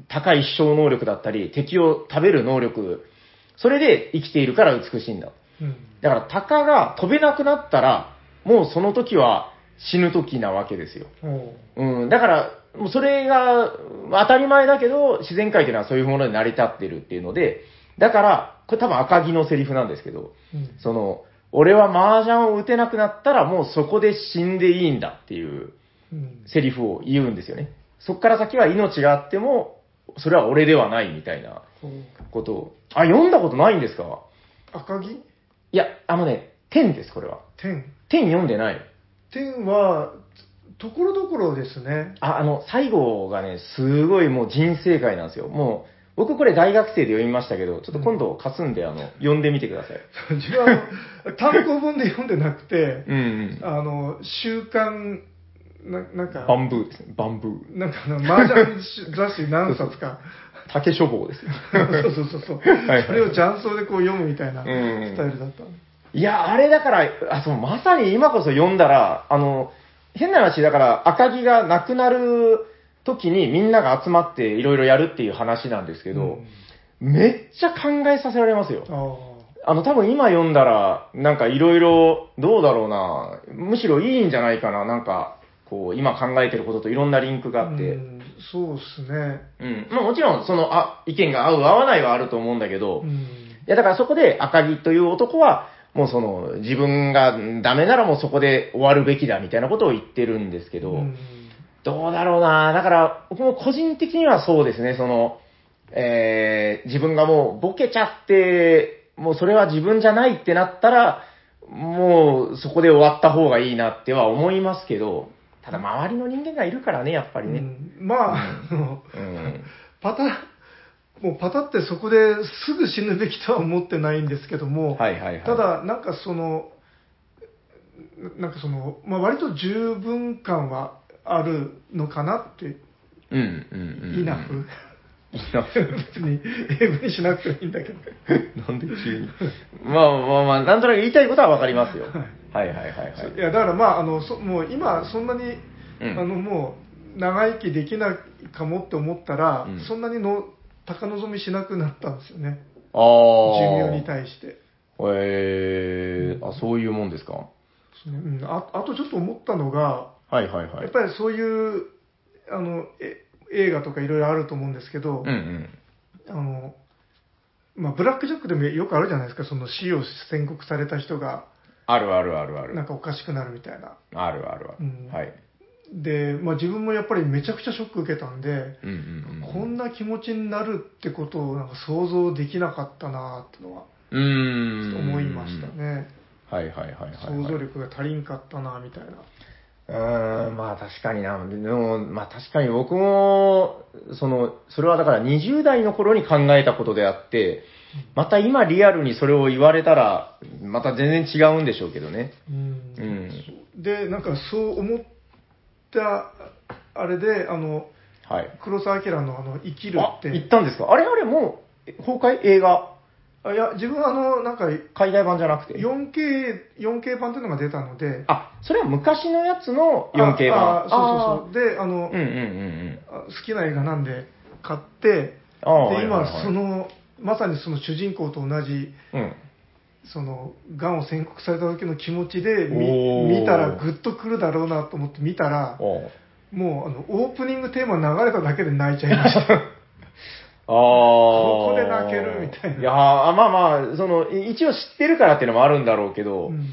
B: 高い飛翔能力だったり、敵を食べる能力、それで生きているから美しいんだ。
A: うん
B: だから、鷹が飛べなくなったら、もうその時は死ぬ時なわけですよ。
A: おう
B: うん、だから、もうそれがうん当たり前だけど、自然界というのはそういうものに成り立ってるっていうので、だから、これ多分赤木のセリフなんですけど、
A: うん
B: その、俺は麻雀を打てなくなったらもうそこで死んでいいんだっていう
A: うん
B: セリフを言うんですよね。そっから先は命があっても、それは俺ではないみたいな
A: おう
B: ことを。あ、読んだことないんですか
A: 赤木
B: いや、あのね、天です、これは。
A: 天
B: 天読んでない。
A: 天はところどころですね。
B: あ、あの、最後がね、すごいもう人生界なんですよ。もう、僕これ大学生で読みましたけど、ちょっと今度貸すんで、あの、読んでみてください。
A: 自分はあの単行本で読んでなくて、
B: うん、うん。
A: あの週刊ななんか
B: バンブーですね。バンブー。
A: なんかあの麻雀雑誌何冊か。
B: 竹書房ですよ。
A: そうそうそうそう。
B: はい
A: それを雀荘でこう読むみたいな
B: う
A: ス
B: んうん
A: タイルだった。
B: いや、あれだから、あ、そう、まさに今こそ読んだら、あの、変な話、だから赤木が亡くなる時にみんなが集まっていろいろやるっていう話なんですけど、めっちゃ考えさせられますよ。
A: あ
B: あの、多分今読んだら、なんかいろいろ、どうだろうな、むしろいいんじゃないかな、なんか、こう、今考えてることといろんなリンク
A: あ。
B: があって、
A: う
B: うん。
A: んそうですね。
B: まあもちろん、その、あ、意見が合う、合わないはあると思うんだけど、
A: う
B: い
A: ん。
B: や、だからそこで赤木という男は、もうその、自分がうんダメならもうそこで終わるべきだ、みたいなことを言ってるんですけど、
A: うん
B: どうだろうなだから、僕も個人的にはそうですね、その、えー、自分がもうボケちゃって、もうそれは自分じゃないってなったら、もうそこで終わった方がいいなっては思いますけど、ただ周りの人間がいるからね、やっぱり
A: う
B: ね。
A: んまあ、あの
B: うん。
A: パタ、もうパタってそこですぐ死ぬべきとは思ってないんですけども、
B: はいはいはい。
A: た、だ、なんかその、ななんかその、まあ、割と十分感はあるのかなって、
B: うんうんうん。
A: イナフ。
B: いなふ。
A: 別に英語にしなくてもいいんだけど。
B: なんで急に。まあまあまあ、なんとなく言いたいことはわかりますよ。はいはいはいはい。
A: いや、だからまあ、あの、そもう今そんなに、
B: うん
A: あの、もう、長生きできないかもって思ったら、
B: うん
A: そんなにの高望みしなくなったんですよね。
B: ああ。
A: 寿命に対して。
B: へえあ、そういうもんですか。
A: そうねうん、ああとちょっと思ったのが、
B: はいはいは
A: や
B: い。
A: っぱりそういうあのえ映画とかいろいろあると思うんですけど、
B: うんうん。
A: あのまあ、ブラック・ジャックでもよくあるじゃないですか、その死を宣告された人が
B: あるあるあるある。
A: なんかおかしくなるみたいな。
B: あるあるある。
A: うん
B: はい。
A: で、まあ、自分もやっぱりめちゃくちゃショック受けたんで、
B: うんうんうん。
A: こんな気持ちになるってことをなんか想像できなかったなってのは
B: うーん。
A: 思いました。ね。
B: はいはいはいはい、はい。
A: 想像力が足りんかったなみたいな。
B: うーん、まあ確かにな。でも、まあ確かに僕も、その、それはだから20代の頃に考えたことであって、また今リアルにそれを言われたら、また全然違うんでしょうけどね。
A: うん
B: うん。
A: で、なんかそう思ったあれで、あの、
B: はい。
A: 黒澤明のあの生きる
B: あ
A: っ、、
B: 行ってたんですかあれあれもう、え崩壊映画、
A: あいや、自分はあの、なんか
B: 海外版じゃなくて。
A: 4K、4K 版っていうのが出たので、
B: あ、それは昔のやつの 4K 版。
A: ああそうそうそう。で、あ
B: あ
A: の
B: ー、うんうんうんうん。
A: あ好きな映画なんで買って、
B: ああ
A: で、
B: はいはいは
A: 今、
B: い
A: その、まさにその主人公と同じ、
B: うん。
A: その、がんを宣告された時の気持ちで
B: おー
A: 見見たらグッとくるだろうなと思って見たら、
B: おう
A: もうあのオープニングテーマ流れただけで泣いちゃいま した。
B: あこ
A: こで泣けるみたいない
B: やーあまあまあ、その、い一応知ってるからっていうのもあるんだろうけど、
A: うん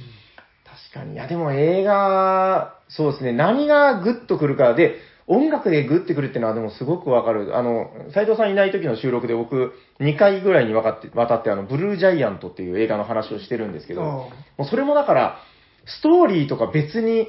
B: 確かに。いや、でも映画、そうですね、何がグッとくるかで、音楽でグッてくるっていうのはでもすごくわかる。あの、斎藤さんいない時の収録で僕、2回ぐらいにわかって、わたって、あの、ブルージャイアントっていう映画の話をしてるんですけど、
A: あ
B: もうそれもだから、ストーリーとか別に、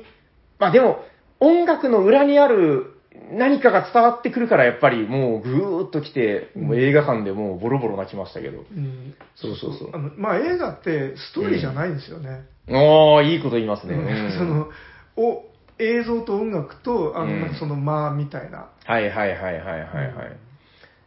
B: まあでも、音楽の裏にある何かが伝わってくるから、やっぱりもうぐーっと来て、もう映画館でもうボロボロ泣きましたけど。
A: ーうん
B: そうそうそう
A: あ。のまあ、映画ってストーリーじゃないんですよね。
B: おー、いいこと言いますね。うん
A: そのお映像と音楽と、あの、
B: うん
A: なんかその間みたいな。
B: はいはいはいはいはいはい。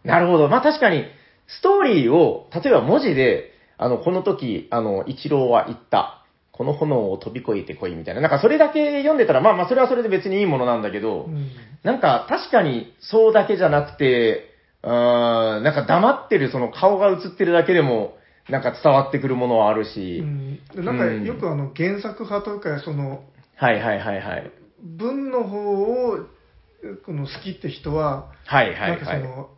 B: なるほど。まあ確かに、ストーリーを、例えば文字で、あの、この時、あの、一郎は言った。この炎を飛び越えてこいみたいな。なんかそれだけ読んでたら、まあまあそれはそれで別にいいものなんだけど、
A: うん
B: なんか確かにそうだけじゃなくて、うーん、なんか黙ってるその顔が映ってるだけでも、なんか伝わってくるものはある
A: う
B: し、
A: んでなんか
B: うん
A: よくあの原作派というか、その
B: はいはいはいはい。
A: 文の方をこの好きって人は、
B: はいは
A: なん
B: い
A: か
B: は
A: そ
B: い。
A: の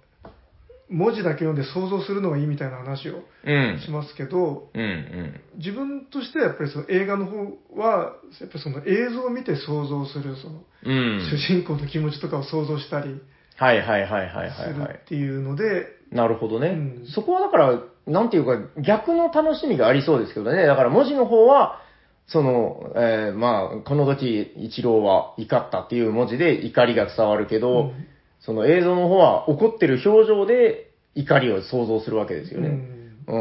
A: 文字だけ読んで想像するのがいいみたいな話を
B: うん。
A: しますけど、
B: うんうん。
A: 自分としてはやっぱりその映画の方は、やっぱりその映像を見て想像する、その
B: うん。
A: 主人公の気持ちとかを想像したり
B: はいはいはいはいは
A: す
B: い、は
A: る
B: い。
A: っていうので、
B: なるほどね、
A: うん
B: そこはだから、なんていうか、逆の楽しみがありそうですけどね。だから文字の方は、その、えーまあ、この時、一郎は怒ったっていう文字で怒りが伝わるけ
A: う
B: ど、
A: ん
B: その映像の方は怒ってる表情で怒りを想像するわけですよね。う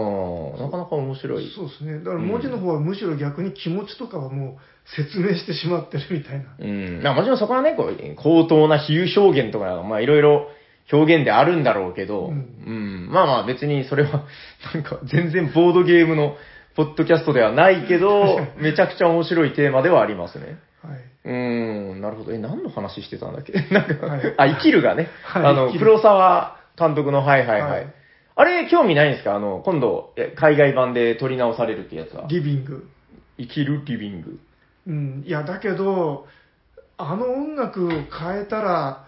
B: ん、なかなか面白い。
A: そうですね。だから文字の方はむしろ逆に気持ちとかはもう説明してしまってるみたいな。
B: うん、まあもちろんそこはね、こう、高等な比喩表現とか、まあいろいろ表現であるんだろうけ
A: う
B: ど、うんん、まあまあ別にそれは、 なんか全然ボードゲームのポッドキャストではないけ ど、めちゃくちゃ面白いテーマではありますね。
A: はい。
B: うん、なるほど。え、何の話してたんだっけ なんか、
A: はい
B: あ、生きるがね。
A: はい
B: あ
A: 生
B: の、
A: きる
B: 黒沢監督の、はいはいはい。
A: はい
B: あれ、興味ないんですかあの、今度、え海外版で撮り直されるってやつは。
A: リビング。
B: 生きるリビング。
A: うん。いや、だけど、あの音楽を変えたら、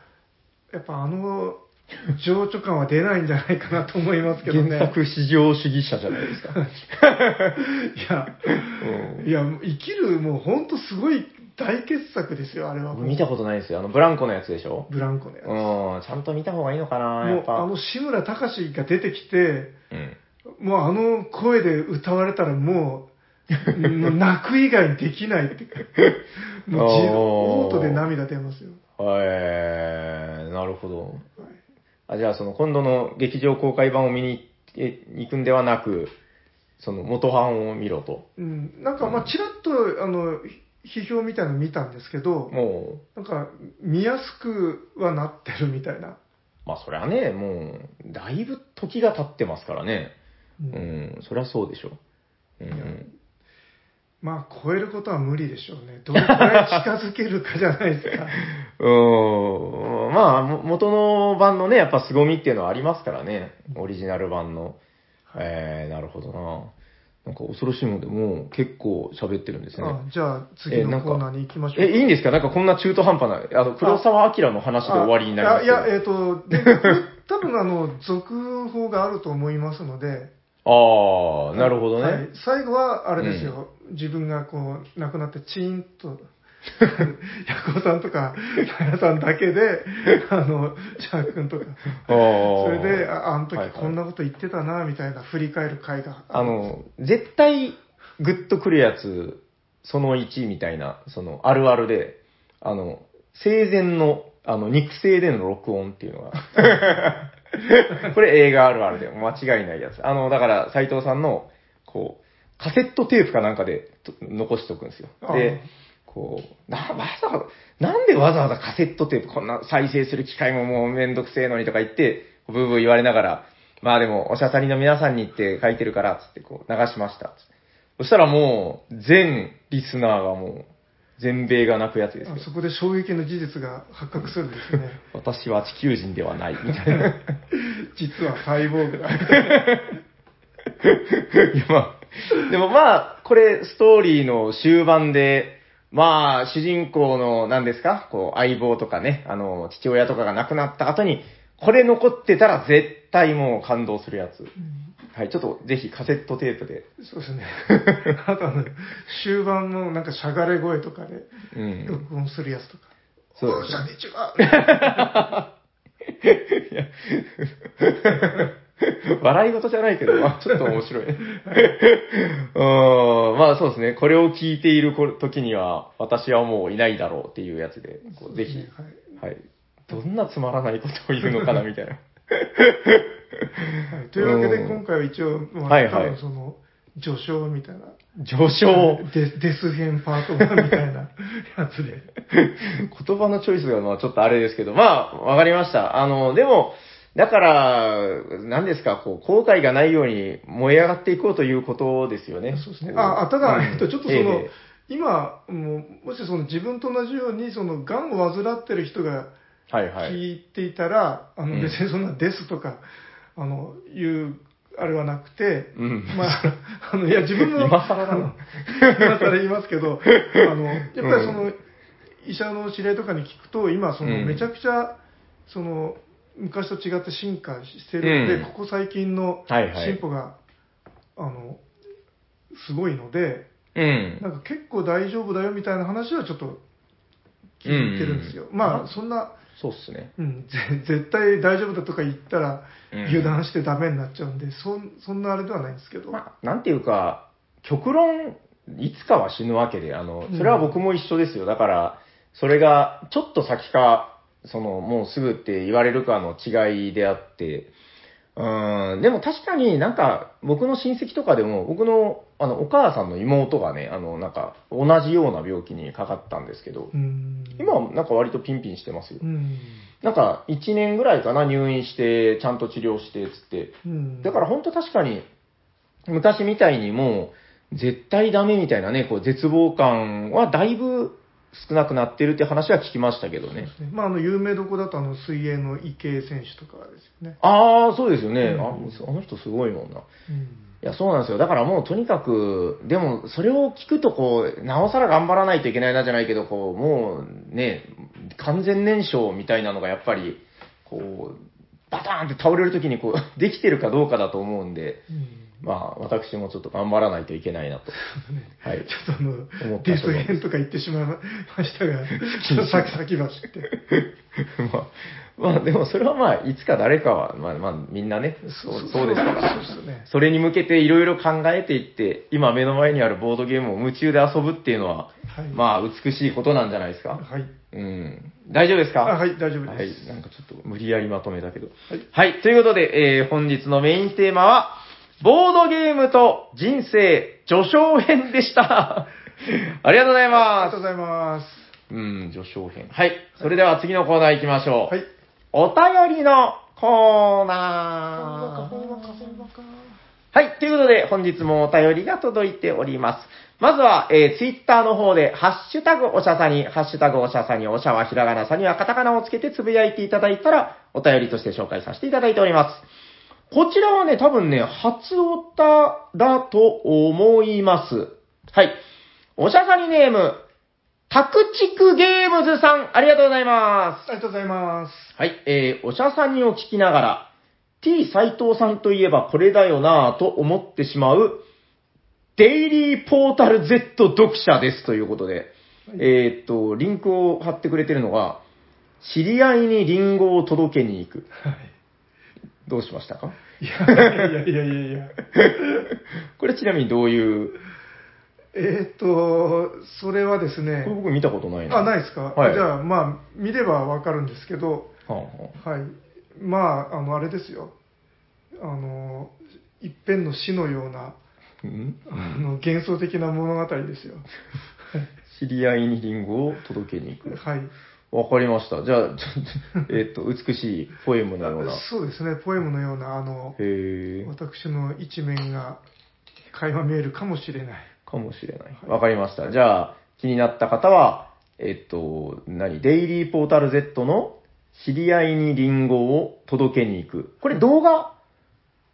A: やっぱあの情緒感は出ないんじゃないかなと思いますけどね。
B: 原 作至上主義者じゃないですか。
A: いや、いや、生きるもうほんとすごい大傑作ですよ、あれは。
B: 僕見たことないですよ。あの、ブランコのやつでしょ
A: ブランコのやつ。
B: う
A: も
B: ん、ちゃんと見た方がいいのかな、や
A: う
B: っぱ。
A: あの志村隆が出てきて、
B: うん。
A: もうあの 声で歌われたらもう、もう泣く以外にできないっていうかもう自動オートで涙出ますよ。
B: えー、なるほど。あじゃあ、その今度の劇場公開版を見にえ行くんではなく、その元版を見ろと。
A: うん、なんかまあちらっとあのひ批評みたいなの見たんですけど、
B: も
A: なんか見やすくはなってるみたいな。
B: う、まあそりゃね、もう、だいぶ時が経ってますからね。
A: う
B: うん、そりゃそうでしょ。うんう
A: いや
B: ん、
A: まあ超えることは無理でしょうね。どれくらい近づけるかじゃないですか。
B: うーん、まあ、も元の版のね、やっぱ凄みっていうのはありますからね。オリジナル版の。えー、なるほどな。なんか恐ろしいもんで、もう結構喋ってるんですね。
A: あじゃあ次
B: えな
A: の
B: んか
A: コーナーに行きましょう。
B: え、いいんですかなんかこんな中途半端な、あの、黒沢明の話で終わりになります
A: あい
B: けど。
A: や、えっ、と、で、これ多分あの、続報があると思いますので、
B: あー、なるほどね。
A: はい最後は、あれですよ、自分がこう、亡くなってチーンと、 ヤコウさんとか、さやさんだけで、あの、シャー君とか、
B: あー
A: それで、ああの時
B: はいはい
A: こんなこと言ってたな、みたいな振り返る回が。
B: あの、絶対グッとくるやつ、その1みたいな、その、あるあるで、あの、生前の、あの、肉声での録音っていうのが。これ映画あるあるで、間違いないやつ。あの、だから、斎藤さんの、こう、カセットテープかなんかでと残しておくんですよ。で、こう、な、わざわざ、なんでわざわざカセットテープ、こんな再生する機会ももうめんどくせえのにとか言って、ブーブー言われながら、まあでも、おしゃさりの皆さんにって書いてるから、つってこう、流しました。つってそしたらもう、全リスナーがもう、全米が泣くやつですよ
A: あ。そこで衝撃の事実が発覚するんです ね。
B: 私は地球人ではない、みたいな。い
A: 実は細胞が。
B: やまあでもまあ、これ、ストーリーの終盤で、まあ、主人公の、何ですかこう、相棒とかね、あの、父親とかが亡くなった後に、これ残ってたら絶対もう感動するやつ。はい、ちょっとぜひカセットテープで。
A: そうですね。あとあの、終盤のなんかしゃがれ声とかで、
B: うん。
A: 録音するやつとか。
B: そう
A: おう、しゃにちは
B: いや笑い事じゃないけど、まあ、ちょっと面白い。うーん、まあそうですね。これを聞いているこ時には、私はもういないだろうっていうやつで、こうぜひ、はい。どんなつまらないことを言うのかな、みたい
A: はい
B: な。
A: はいというわけで、
B: うん
A: 今回は一応、まあ
B: はいはい
A: 多分その、序章みたいな。
B: 序章。
A: デデス編パート1みたいなやつで。
B: 言葉のチョイスがまあちょっとあれですけど、まあ、わかりました。あの、でも、だから、何ですか、こう、後悔がないように燃え上がっていこうということですよね。
A: そうですね。あ、あただ、
B: うん
A: えっと、ちょっとそ
B: え
A: の
B: え、
A: 今、もうもしその自分と同じように、その、癌を患ってる人が
B: はいはい。
A: 聞いていたら、あ
B: う
A: の、
B: ん
A: 別にそんなですとか、あの、いう、あれはなくて、
B: うん。
A: まあ、あの、いや、自分も、
B: 今更だな
A: あの今更言いますけど、あの、やっぱりその、
B: う
A: 医者の知り合いとかに聞くと、今、その、
B: うん
A: めちゃくちゃ、その、昔と違って進化してるんで、
B: うん
A: ここ最近の
B: はいはい
A: 進歩が、あの、すごいので、
B: うん。
A: なんか結構大丈夫だよみたいな話はちょっと聞いてるんですよ。
B: うん
A: まあ、そんな、
B: そうっすね。
A: うん、ぜ 絶対大丈夫だとか言ったら、
B: うん
A: 油断してダメになっちゃうんで、そんそんなあれではないんですけど。
B: まあ、なんていうか、極論、いつかは死ぬわけで、あの、それは僕も一緒ですよ。だから、それが、ちょっと先か、その、もうすぐって言われるかの違いであって、うーん、でも確かになんか、僕の親戚とかでも、僕の、あの、お母さんの妹がね、あの、なんか、同じような病気にかかったんですけど
A: う、ん
B: 今はなんか割とピンピンしてますよ
A: う。ん
B: なんか、1年ぐらいかな、入院して、ちゃんと治療して、つって、
A: うん
B: だから本当確かに、昔みたいにもう、絶対ダメみたいなね、こう、絶望感はだいぶ少なくなってるって話は聞きましたけどね。
A: まあ、あの有名どこだとあの水泳の池江選手とかですよね。
B: ああ、そうですよね。
A: うん
B: ああの人すごいもんな。
A: うん
B: いや、そうなんですよ。だからもうとにかく、でもそれを聞くとこう、なおさら頑張らないといけないなじゃないけど、こう、もうね、完全燃焼みたいなのがやっぱり、こう、バターンって倒れるときにこう、 できてるかどうかだと思うんで、まあ、私もちょっと頑張らないといけないなと。はい。
A: ちょっとあ
B: 思
A: の、
B: った
A: デ
B: と
A: ス
B: ころ
A: 編とか言ってしまいました が、ちょっと先々走って。
B: まあ、まあ、でもそれはまあ、いつか誰かは、まあまあ、みんなね、そうそうですから。
A: そうですね。
B: それに向けていろいろ考えていって、今目の前にあるボードゲームを夢中で遊ぶっていうのは、
A: はい
B: まあ、美しいことなんじゃないですか。
A: はい。
B: うん。大丈夫ですか
A: あはい、大丈夫
B: は
A: で
B: い
A: す。。
B: なんかちょっと無理やりまとめたけど。
A: はい。
B: はい。ということで、えー本日のメインテーマは、ボードゲームと人生序章編でした。 ありがとうござい
A: あり
B: ま
A: がとうございます。
B: す。うん、序章編。はい。それでは次のコーナー行きましょう。
A: はい。
B: お便りのコーナー。はい。ということで、本日もお便りが届いております。まずは、えー、ツイッターの方で、ハッシュタグおしゃさに、ハッシュタグおしゃさに、おしゃはひらがなさにはカタカナをつけてつぶやいていただいたら、お便りとして紹介させていただいております。こちらはね、多分ね、初おただと思います。はい。おしゃさにネーム、タクチクゲームズさん、ありがとうございます。
A: ありがとうございます。
B: はい、えー、おしゃさんにを聞きながら、T 斎藤さんといえばこれだよなぁと思ってしまう、デイリーポータル Z 読者ですということで、えーっと、リンクを貼ってくれてるのが、知り合いにリンゴを届けに行く。
A: はい。
B: どうしましたか
A: いやいやいやいやいや。
B: これちなみにどういう、
A: えーっと、それはです
B: こ
A: ね
B: れ、僕見たことないな。。
A: あ、ないいですか、
B: はい
A: じゃあ、まあ、見ればわかるんですけど、
B: はあは
A: はい。まあ、あの、あれですよ。あの、一辺の死のような、
B: あん
A: あの、幻想的な物語ですよ。
B: 知り合いにリンゴを届けに行く。
A: はい。
B: わかりました。じゃあ、ちょっと、えーっと、美しいポエムのような。
A: そうですね、ポエムのような、あの、
B: へー
A: 私の一面が会話見えるかもしれない。
B: かもしれない。わかりました。じゃあ、気になった方は、えっと、何デイリーポータル Z の知り合いにリンゴを届けに行く。これ動画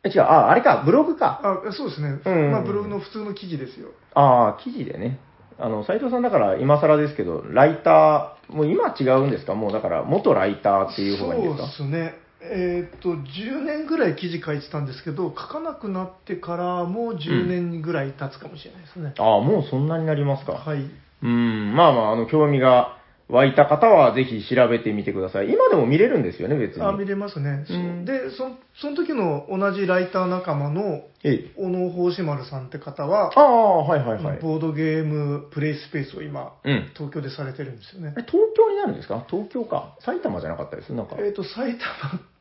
B: え、違う、あ、あれか、ブログか。
A: あ、そうですね。
B: うん
A: まあ、ブログの普通の記事ですよ。
B: ああ、記事でね。あの、斎藤さんだから今更ですけど、ライター、もう今違うんですかもうだから、元ライターっていう方がいいんですか
A: そうですね。えーっと、10年ぐらい記事書いてたんですけど、書かなくなってからもう10年ぐらい経つかもしれないですね。
B: ああ、もうそんなになりますか。
A: はい。
B: うん、まあまあ、あの、興味が湧いた方は、ぜひ調べてみてください。今でも見れるんですよね、別に。
A: あ、見れますね。そう
B: うん
A: で、そその時の同じライター仲間の
B: ええ
A: 小野法師丸さんって方は、
B: ああ、はいはいはい。
A: ボードゲームプレイスペースを今、
B: うん。
A: 東京でされてるんですよね
B: あ。れ、東京になるんですか東京か。埼玉じゃなかったですなんか。
A: えーっと、埼玉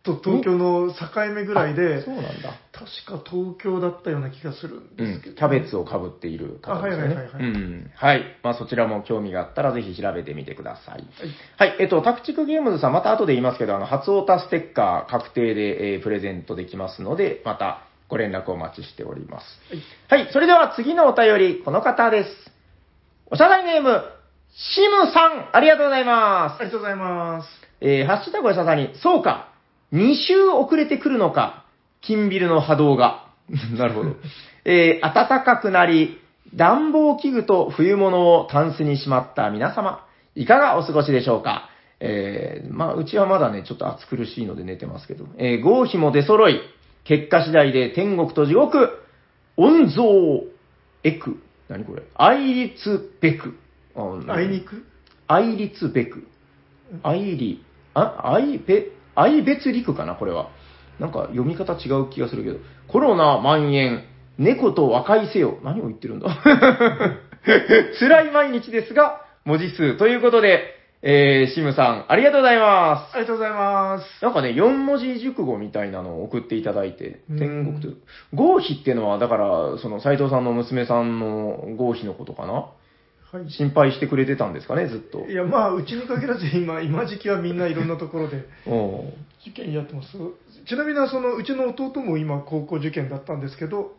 A: と東京の境目ぐらいで
B: あそ、うなんだ。
A: 確か東京だったような気がするん
B: う
A: です
B: ん
A: けど、。
B: キャベツをかぶっている方です
A: あはいは
B: よね。
A: いはいはい
B: うん。はい。まあ、そちらも興味があったら、ぜひ調べてみてください。
A: はい
B: はい。えっと、タクチクゲームズさん、また後で言いますけど、あの、初オタステッカー確定で、えープレゼントできますので、またご連絡お待ちしております。はい。それでは次のお便り、この方です。おしゃだいネーム、シムさん、ありがとうございます
A: あ。りがとうございます。
B: えーハッシュタグはささに、そうか、2週遅れてくるのか、金ビルの波動が。 なるほど。えー暖かくなり、暖房器具と冬物をタンスにしまった皆様、いかがお過ごしでしょうかえーまあ、うちはまだね、ちょっと暑苦しいので寝てますけど、えー合否も出揃い、結果次第で天国と地獄、温蔵、エク、何これ愛立べく。あ
A: あいに行く
B: 愛立べく。愛理、あ、愛べ、愛別陸かな、これは。なんか読み方違う気がするけど。コロナ蔓延、猫と和解せよ。何を言ってるんだ 辛い毎日ですが、文字数。ということで、えー、シムさん、ありがとうございま
A: ありがとうございます。
B: す。なんかね、4文字熟語みたいなのを送っていただいて、
A: うん
B: 天国と、合否っていうのは、だから、その、斎藤さんの娘さんの合否のことかな
A: はい、
B: 心配してくれてたんですかね、ずっと
A: い。や、まあ、うちに限らず、今、今時期はみんないろんなところで
B: おう
A: 受験やってます。ちなみに、その、うちの弟も今、高校受験だったんですけど、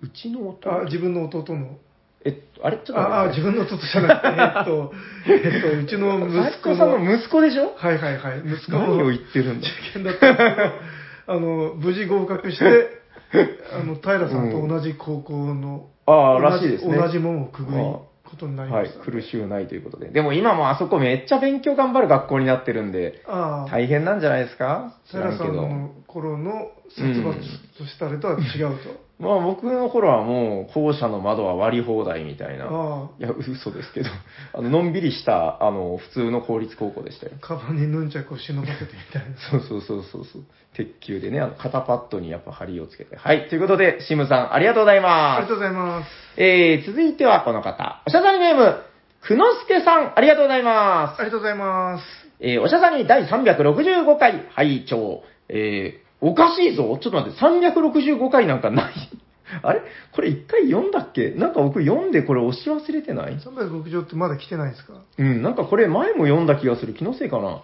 B: うちの弟
A: あ自分の弟の、
B: えっと、あれちょっと待って
A: ああ、自分の弟じゃな くて、えっと、えっと、うちの息子
B: 斉藤さん
A: の、
B: の息子でしょ
A: はいはいはい、息子
B: 何を
A: の
B: 言
A: 受
B: ってるんだ
A: 験だったんですけど、あの、無事合格 して、あの、平さんと同じ高校の、
B: ああ、
A: 同じ
B: らしいですね。
A: 同じ門をくぐることになりま
B: はい
A: した。、
B: 苦しゅうないということで。でも今もあそこめっちゃ勉強頑張る学校になってるんで、
A: ああ、
B: 大変なんじゃないですか知ら
A: 平
B: んけ
A: さ
B: ど
A: ん。の頃の殺伐としたれとは違うと。
B: まあ僕の頃はもう、校舎の窓は割り放題みたいな。
A: あ
B: いや、嘘ですけど、あの、のんびりした、あの、普通の公立高校でしたよ
A: あ、。カバンにヌンチャクを忍ばせてみたいな。
B: そうそうそうそうそう。鉄球でね、あの、肩パッドにやっぱ針をつけて。はい、ということで、シムさん、ありがとうござい
A: あ
B: ま
A: りが
B: す
A: と。うございます。
B: えー、続いてはこの方。おしゃべりネーム、くのすけさん、ありがとうございま
A: ありがとうございます。
B: す。えーおしゃさに第365回拝聴。えーおかしいぞ。ちょっと待って、365回なんかない。 あれこれ一回読んだっけなんか僕読んでこれ押し忘れてない
A: 360ってまだ来てないですか
B: うん、なんかこれ前も読んだ気がする。気のせいかな。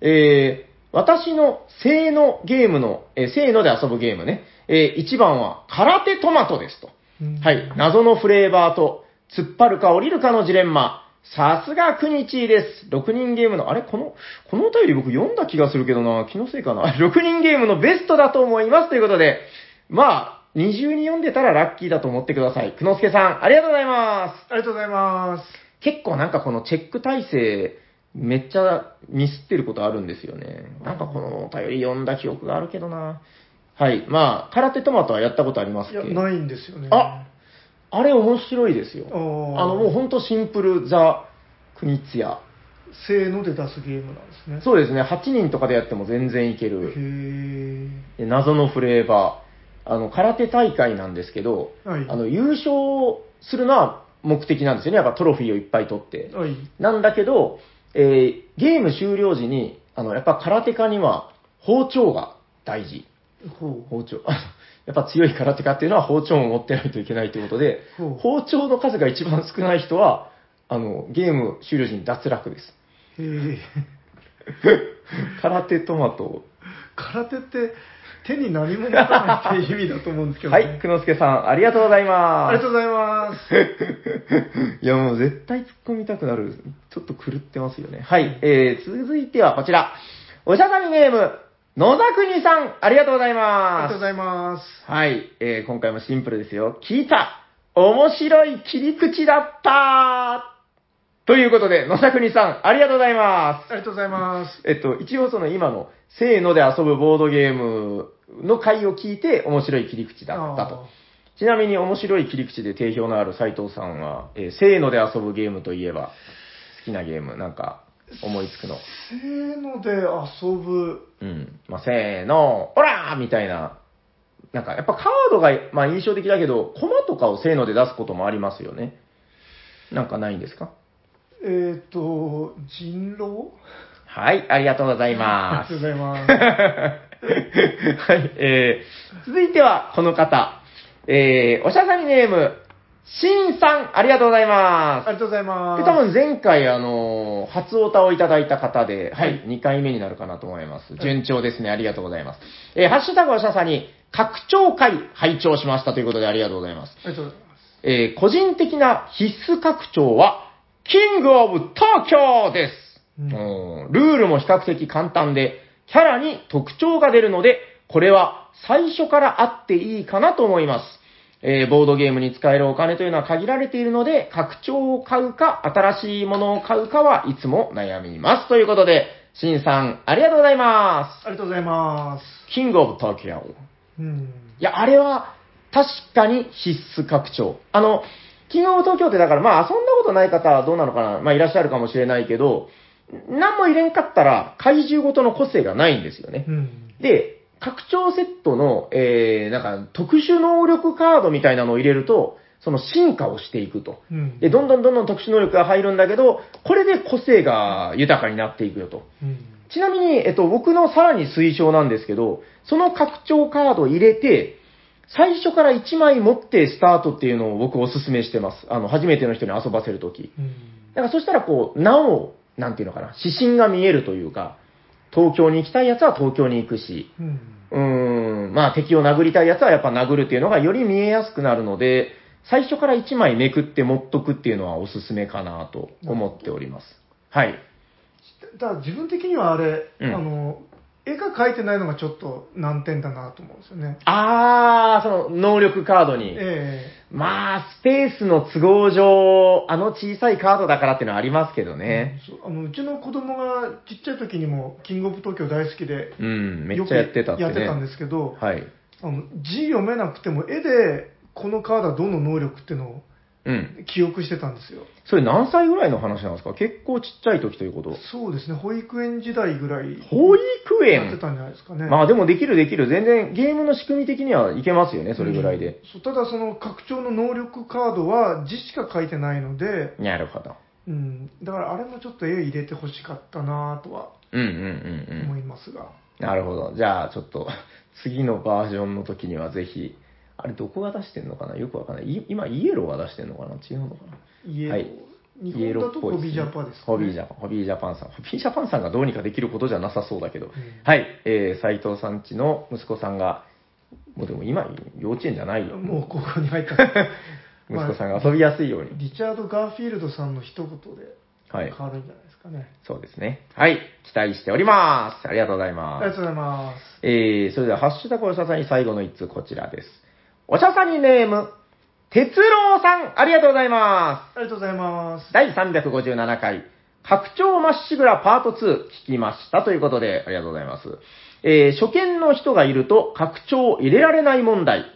B: えー、私の性のゲームの、えー、性ので遊ぶゲームね。えー、1番は空手トマトですと。は
A: うん
B: い。謎のフレーバーと、突っ張るか降りるかのジレンマ。さすが、くにちーです。6人ゲームの、あれこの、このお便り僕読んだ気がするけどな。気のせいかな。6人 ゲームのベストだと思います。ということで、まあ、二重に読んでたらラッキーだと思ってください。くのすけさん、ありがとうございます。
A: ありがとうございます。
B: 結構なんかこのチェック体制、めっちゃミスってることあるんですよね。なんかこのお便り読んだ記憶があるけどな。はい。まあ、空手トマトはやったことありま
A: い
B: すけ
A: や、
B: ど、
A: ないんですよね。
B: ああれ面白いですよ。
A: あ
B: あ
A: ー
B: の、もうほんとシンプル、ザ・クニツヤ。
A: せーので出すゲームなんですね。
B: そうですね、8人とかでやっても全然いけ
A: へ
B: る。
A: ー
B: で謎のフレーバー。あの、空手大会なんですけど、
A: はい。
B: あの、優勝するのは目的なんですよね。やっぱトロフィーをいっぱい取って。
A: はい。
B: なんだけど、えーゲーム終了時に、あの、やっぱ空手家には包丁が大事。
A: ほう。
B: 包丁。あのやっぱ強い空手家っていうのは包丁を持ってないといけないということで、
A: ほう
B: 包丁の数が一番少ない人は、あの、ゲーム終了時に脱 落です。
A: へー
B: 空手トマト。
A: 空手って手に何も持たないって意味だと思うんですけど、
B: は
A: ね、
B: い、くのすけさん、ありがとうございます。
A: ありがとうございます。
B: いや、もう絶対突っ込みたくなる。ちょっと狂ってますよね。はい。えー、続いてはこちら。おしゃさみネーム、野田国さん、ありがとうござい
A: ありが
B: ま
A: とうご
B: す。
A: ざいます。
B: はい。えー、今回もシンプルですよ。聞いた面白い切り口だったということで、野田国さん、ありがとうございま
A: ありがとうございます。
B: す。えっと、一応その今の、せーので遊ぶボードゲームの回を聞いて、面白い切り口だったと。ちなみに面白い切り口で定評のある斉藤さんは、えー、せーので遊ぶゲームといえば、好きなゲーム、なんか、思いつくの。
A: せーので遊ぶ。
B: うん。まあ、せーの、オラーみたいな。なんか、やっぱカードが、まあ、印象的だけど、コマとかをせーので出すこともありますよね。なんかないんですか
A: えっ、ー、と、人狼
B: はい、ありがとうござい
A: あ
B: ま
A: りがとうご。ざ
B: す
A: います。
B: はい、えー、続いてはこの方。えー、おしゃさみネーム、しんさん、ありがとうございます
A: あり。がとうございます。
B: で、多分前回、あのー、初オタをいただいた方で、は、
A: はい
B: 2回目になるかなと思います。順調ですね。ありがとうございます。えーハッシュタグおしゃさに、拡張会拝聴しましたということでありがとうございます。
A: ありがとうございます。
B: えー個人的な必須拡張は、キングオブ東京です、
A: うん
B: おールールも比較的簡単で、キャラに特徴が出るので、これは最初からあっていいかなと思います。えーボードゲームに使えるお金というのは限られているので、拡張を買うか、新しいものを買うかはいつも悩みます。ということで、シンさん、ありがとうございます。
A: ありがとうございます。
B: キングオブ東京。
A: うん。
B: いや、あれは確かに必須拡張。あの、昨日東京ってだから、まあ遊んだことない方はどうなのかな、まあいらっしゃるかもしれないけど、何も入れんかったら怪獣ごとの個性がないんですよね。
A: うん。
B: で、拡張セットの、えー、なんか特殊能力カードみたいなのを入れると、その進化をしていくと。
A: うん。
B: で、どんどんどんどん特殊能力が入るんだけど、これで個性が豊かになっていくよと。
A: うん。
B: ちなみに、えっと、僕のさらに推奨なんですけど、その拡張カードを入れて、最初から1枚持ってスタートっていうのを僕お勧めしてます。あの、初めての人に遊ばせるとき。
A: うん。
B: だからそしたらこう、なお、なんていうのかな、指針が見えるというか、東京に行きたいやつは東京に行くし、
A: うん。
B: うーん、まあ敵を殴りたいやつはやっぱ殴るっていうのがより見えやすくなるので、最初から1枚めくって持っとくっていうのはおすすめかなと思っております。はい。
A: だから自分的にはあれ、
B: うん
A: あの、絵が描いてないのがちょっと難点だなと思うんですよね。
B: あー、その能力カードに。
A: え
B: まあ、スペースの都合上、あの小さいカードだからっていうのはありますけど
A: え
B: ね。
A: そうあのうちの子供がちっちゃい時にも、キングオブ東京大好きで、
B: うん、めっちゃやってたってね。
A: よくやってたんですけど、
B: はい。
A: あの字読めなくても、絵でこのカードはどの能力っていうのを
B: うん。
A: 記憶してたんですよ。
B: それ何歳ぐらいの話なんですか結構ちっちゃい時ということ。
A: そうですね、保育園時代ぐらい
B: 保育
A: やって
B: 園
A: たんじゃないですかね。
B: まあでもできるできる。全然ゲームの仕組み的にはいけますよね、それぐらいで。
A: うんそうただその拡張の能力カードは字しか書いてないので、
B: なるほど。
A: うん、だからあれもちょっと絵入れてほしかったなとは
B: うんうんうんうん。
A: 思いますが、
B: なるほど。じゃあ、ちょっと、 次のバージョンの時にはぜひ、あれ、どこが出してんのかなよくわかんない。い今、イエローが出してんのかな違うのかな
A: イエロー、
B: はい
A: 日
B: イエロ
A: 本だと
B: ーっぽい
A: ホ
B: ですね
A: ビージャパですか、ね、
B: ホビージャパン、ホビージャパンさん。ホビージャパンさんがどうにかできることじゃなさそうだけど。
A: ん
B: はい、えー、斎藤さんちの息子さんが、もうでも今、幼稚園じゃないよ。
A: もう高校に入っ た。
B: 息子さんが遊びやすいように。
A: リチャード・ガーフィールドさんの一言で
B: はい
A: 変。わるんじゃないですかね。
B: そうですね。はい。期待しております。ありがとうござい
A: あ
B: ま
A: りが
B: す
A: と。うございます。
B: えー、それでは、ハッシュタグおしゃさんに最後の一通こちらです。おしゃさんにネーム、哲郎さん、ありがとうございま
A: ありがとうございます
B: す。。第357回、拡張まっしぐらパート2聞きましたということで、ありがとうございます。えー、初見の人がいると拡張を入れられない問題。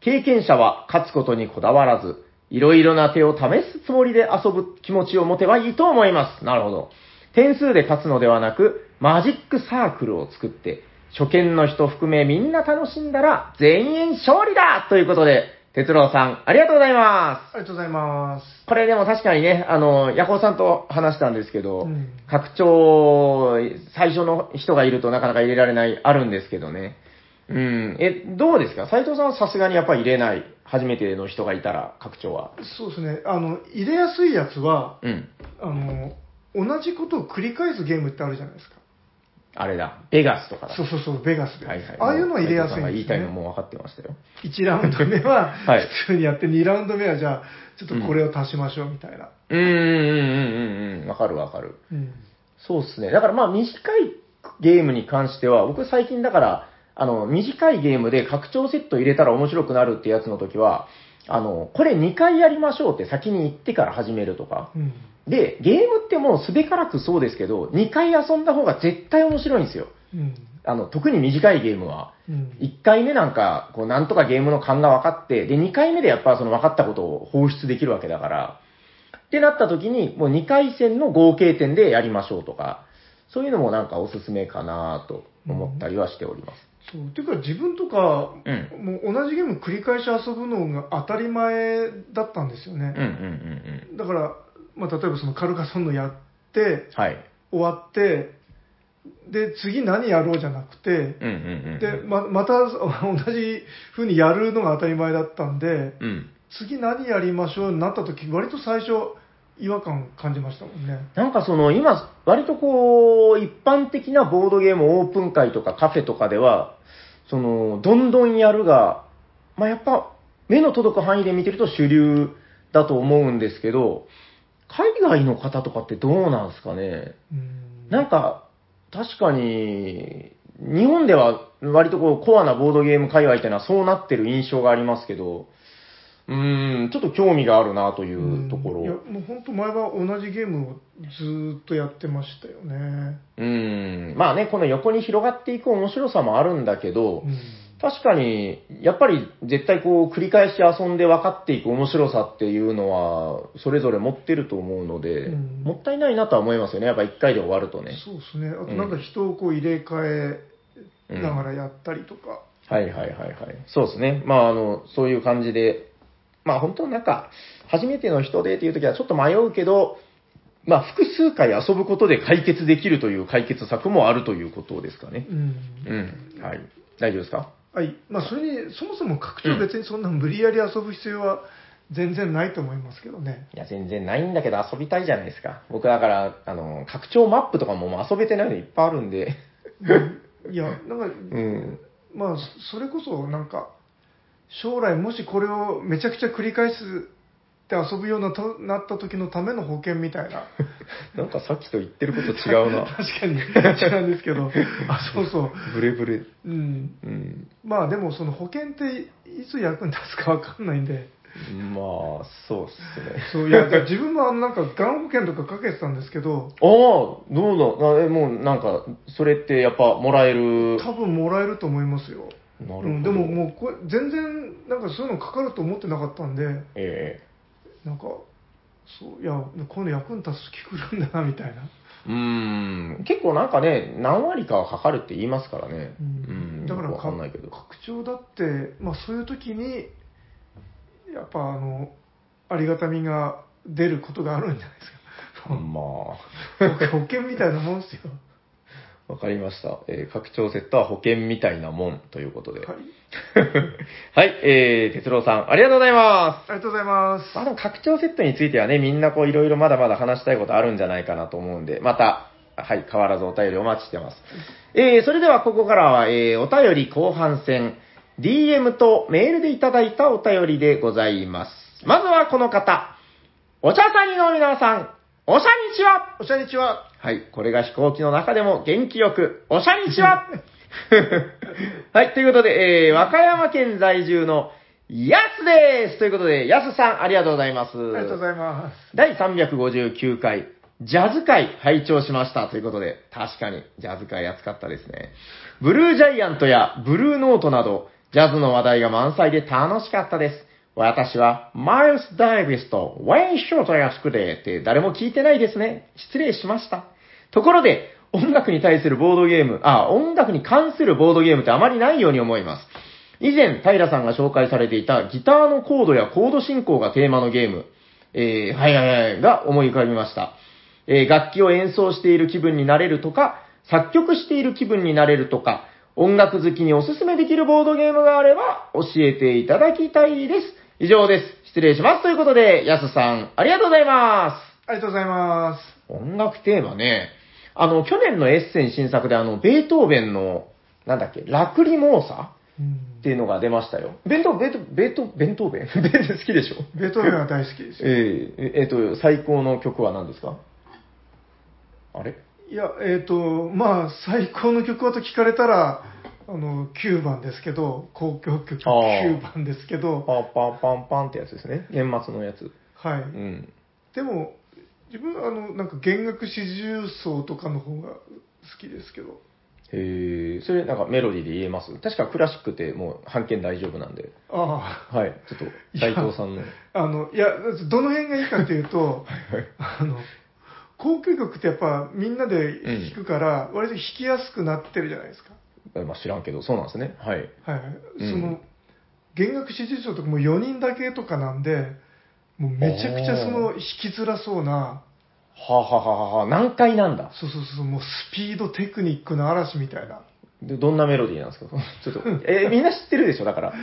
B: 経験者は勝つことにこだわらず、いろいろな手を試すつもりで遊ぶ気持ちを持てばいいと思います。なるほど。点数で勝つのではなく、マジックサークルを作って、初見の人含めみんな楽しんだら全員勝利だということで、哲郎さん、ありがとうございます。
A: ありがとうございます。
B: これでも確かにね、あの、ヤコウさんと話したんですけど、
A: うん
B: 拡張、最初の人がいるとなかなか入れられない、あるんですけどね。うん。え、どうですか斉藤さんはさすがにやっぱり入れない、初めての人がいたら、拡張は。
A: そうですね。あの、入れやすいやつは、
B: うん。
A: あの、同じことを繰り返すゲームってあるじゃないですか。
B: あれだ、ベガスとかだ。
A: そうそうそう、ベガスで。
B: はいはい。
A: ああいうのは入れやすい
B: 斉藤さんが
A: ん
B: 言
A: で
B: い
A: す、
B: たいの
A: ね。
B: もう分かってましたよ。
A: 1ラウンド目は
B: はい
A: 普通にやって、2ラウンド目はじゃあ、ちょっとこれを足しましょうみたいな。
B: うーん、うん、うん、うん。わかるわかる。
A: うん。
B: そうですね。だからまあ短いゲームに関しては、僕最近だから、あの、短いゲームで拡張セット入れたら面白くなるってやつの時は、あの、これ2回やりましょうって先に言ってから始めるとか。
A: うん。
B: で、ゲームってもうすべからくそうですけど、2回遊んだ方が絶対面白いんですよ。
A: うん。
B: あの、特に短いゲームは。
A: うん。
B: 1回目なんか、こう、なんとかゲームの勘が分かって、で、2回目でやっぱその分かったことを放出できるわけだから、ってなった時に、もう2回戦の合計点でやりましょうとか、そういうのもなんかおすすめかなと思ったりはしております。
A: そう。ていうか自分とか、
B: うん。
A: もう同じゲーム繰り返し遊ぶのが当たり前だったんですよ
B: うんうんうん
A: ね。
B: うん。
A: だから、まあ、例えばそのカルカソンヌやって、
B: はい。
A: 終わって、で、次何やろうじゃなくて、
B: うんうんうん。
A: で、ま、また 同じ風にやるのが当たり前だったんで、
B: うん。
A: 次何やりましょうになった時、割と最初、違和感感じましたもんね。
B: なんかその今、割とこう、一般的なボードゲームオープン会とかカフェとかでは、その、どんどんやるが、まあやっぱ、目の届く範囲で見てると主流だと思うんですけど、海外の方とかってどうなんですかね
A: うん。
B: なんか、確かに、日本では割とこう、コアなボードゲーム界隈っていうのはそうなってる印象がありますけど、うーん、ちょっと興味があるなというところ。
A: んいや、もう本当前は同じゲームをずーっとやってましたよね。
B: うーん、まあね、この横に広がっていく面白さもあるんだけど
A: う、ん。
B: 確かに、やっぱり絶対こう繰り返し遊んで分かっていく面白さっていうのは、それぞれ持ってると思うので、
A: うん
B: もったいないなとは思いますよね。やっぱ一回で終わるとね。
A: そうですね。あとなんか人をこう入れ替えながらやったりとか。
B: はいはいはいはい。そうですね。まああの、そういう感じで、まあ本当なんか、初めての人でっていう時はちょっと迷うけど、まあ複数回遊ぶことで解決できるという解決策もあるということですかね。
A: うん
B: うん。はい。大丈夫ですか
A: はい、まあ、それに、そもそも拡張、別にそんな無理やり遊ぶ必要は全然ないと思いますけど ね。
B: いや、全然ないんだけど遊びたいじゃないですか。僕だから、あの、拡張マップとかももう遊べてないのいっぱいあるんで。
A: いや、なんか、
B: うん。
A: まあ、それこそ、なんか、将来、もしこれをめちゃくちゃ繰り返すって遊ぶようなとなった時のための保険みたいな、
B: なんかさっきと言ってること違 うな。
A: 確かに違うんです けど、あそうそう、
B: ブレブレ。
A: うん、
B: うん。
A: まあでも、その保険っていつ役に立つかわかんないんで、
B: まあ、そうっすね。
A: そういや、だから自分もあのなんか、がん保険とかかけてたんですけど、
B: ああ、どうだあえ、もうなんか、それってやっぱもらえる。
A: 多分もらえると思いますよ。
B: な
A: うん、でももうこれ全然なんかそういうのかかると思ってなかったんでなんか
B: え
A: そういやこういうの役に立つ気くるんだなみたいな、
B: えうん。結構なんかね、何割かはかかるって言いますからね。うん。
A: だから
B: よくわかんないけど。
A: 拡張だって、まあ、そういう時にやっぱあのありがたみが出ることがあるんじゃないですか
B: ま
A: 保 険みたいなもんですよ。
B: あ、わかりました。えー拡張セットは保険みたいなもんということ
A: は
B: で。
A: い。
B: はい、えー、哲郎さん、ありがとうございます。
A: ありがとうございます。
B: まあでも拡張セットについてはね、みんなこういろいろまだまだ話したいことあるんじゃないかなと思うんで、また、はい、変わらずお便りお待ちしてます。えー、それではここからは、えー、お便り後半戦、DM とメールでいただいたお便りでございます。まずはこの方、お茶さんにの皆さん、おしゃにちは
A: おしゃにちは。
B: はい、これが飛行機の中でも元気よく、おしゃにちは はい、ということで、えー、和歌山県在住のやすですということで、やすさん、ありがとうございます。
A: ありがとうございます。
B: 第359回、ジャズ会拝聴しましたということで、確かにジャズ会熱かったですね。ブルージャイアントやブルーノートなど、ジャズの話題が満載で楽しかったです。私は、マイルス・ダイビスとウェイン・ショートが好きでって誰も聞いてないですね。失礼しました。ところで、音楽に対するボードゲーム、あ、音楽に関するボードゲームってあまりないように思います。以前、平さんが紹介されていたギターのコードやコード進行がテーマのゲーム、えー、はいはいはい、が思い浮かびました。えー、楽器を演奏している気分になれるとか、作曲している気分になれるとか、音楽好きにおすすめできるボードゲームがあれば教えていただきたいです。以上です。失礼します。ということで、やすさん、ありがとうございます。
A: ありがとうございます。
B: 音楽テーマね。あの、去年のエッセン新作であの、ベートーベンの、なんだっけ、ラクリモーサっていうのが出ましたよ。ベート、ベート、ベート、ベートーベン ベート好きでしょ
A: ベートーベンは大好きですよ。
B: えええっ、と、最高の曲は何ですかあれ
A: いや、えっ、と、まあ、最高の曲はと聞かれたら、あの、9番ですけど、公共曲
B: あー
A: 9番ですけど、
B: パンパンパンパンってやつですね。年末のやつ。。
A: はいう
B: ん。
A: でも、自分、あの、なんか弦楽四重奏とかの方が好きですけど、
B: へえそれなんかメロディーで言えます確かクラシックってもう半券大丈夫なんで。
A: あ
B: はい。ちょっと、斎藤さんの。
A: あ、あの、いや、どの辺がいいかという と、あの、公共曲ってやっぱみんなで弾くから、割と弾きやすくなってるじゃないですか。
B: まあ知らんけど、そうなんですね。はい。
A: はいはい、
B: うん
A: その弦楽四重奏とかもう4人だけとかなんでもうめちゃくちゃその弾きづらそうな
B: はあ、はあはあはあ、難解なんだ。
A: そうそうそうもうスピードテクニックの嵐みたいな
B: で、どんなメロディーなんですか ちょっと、えみんな知ってるでしょだから。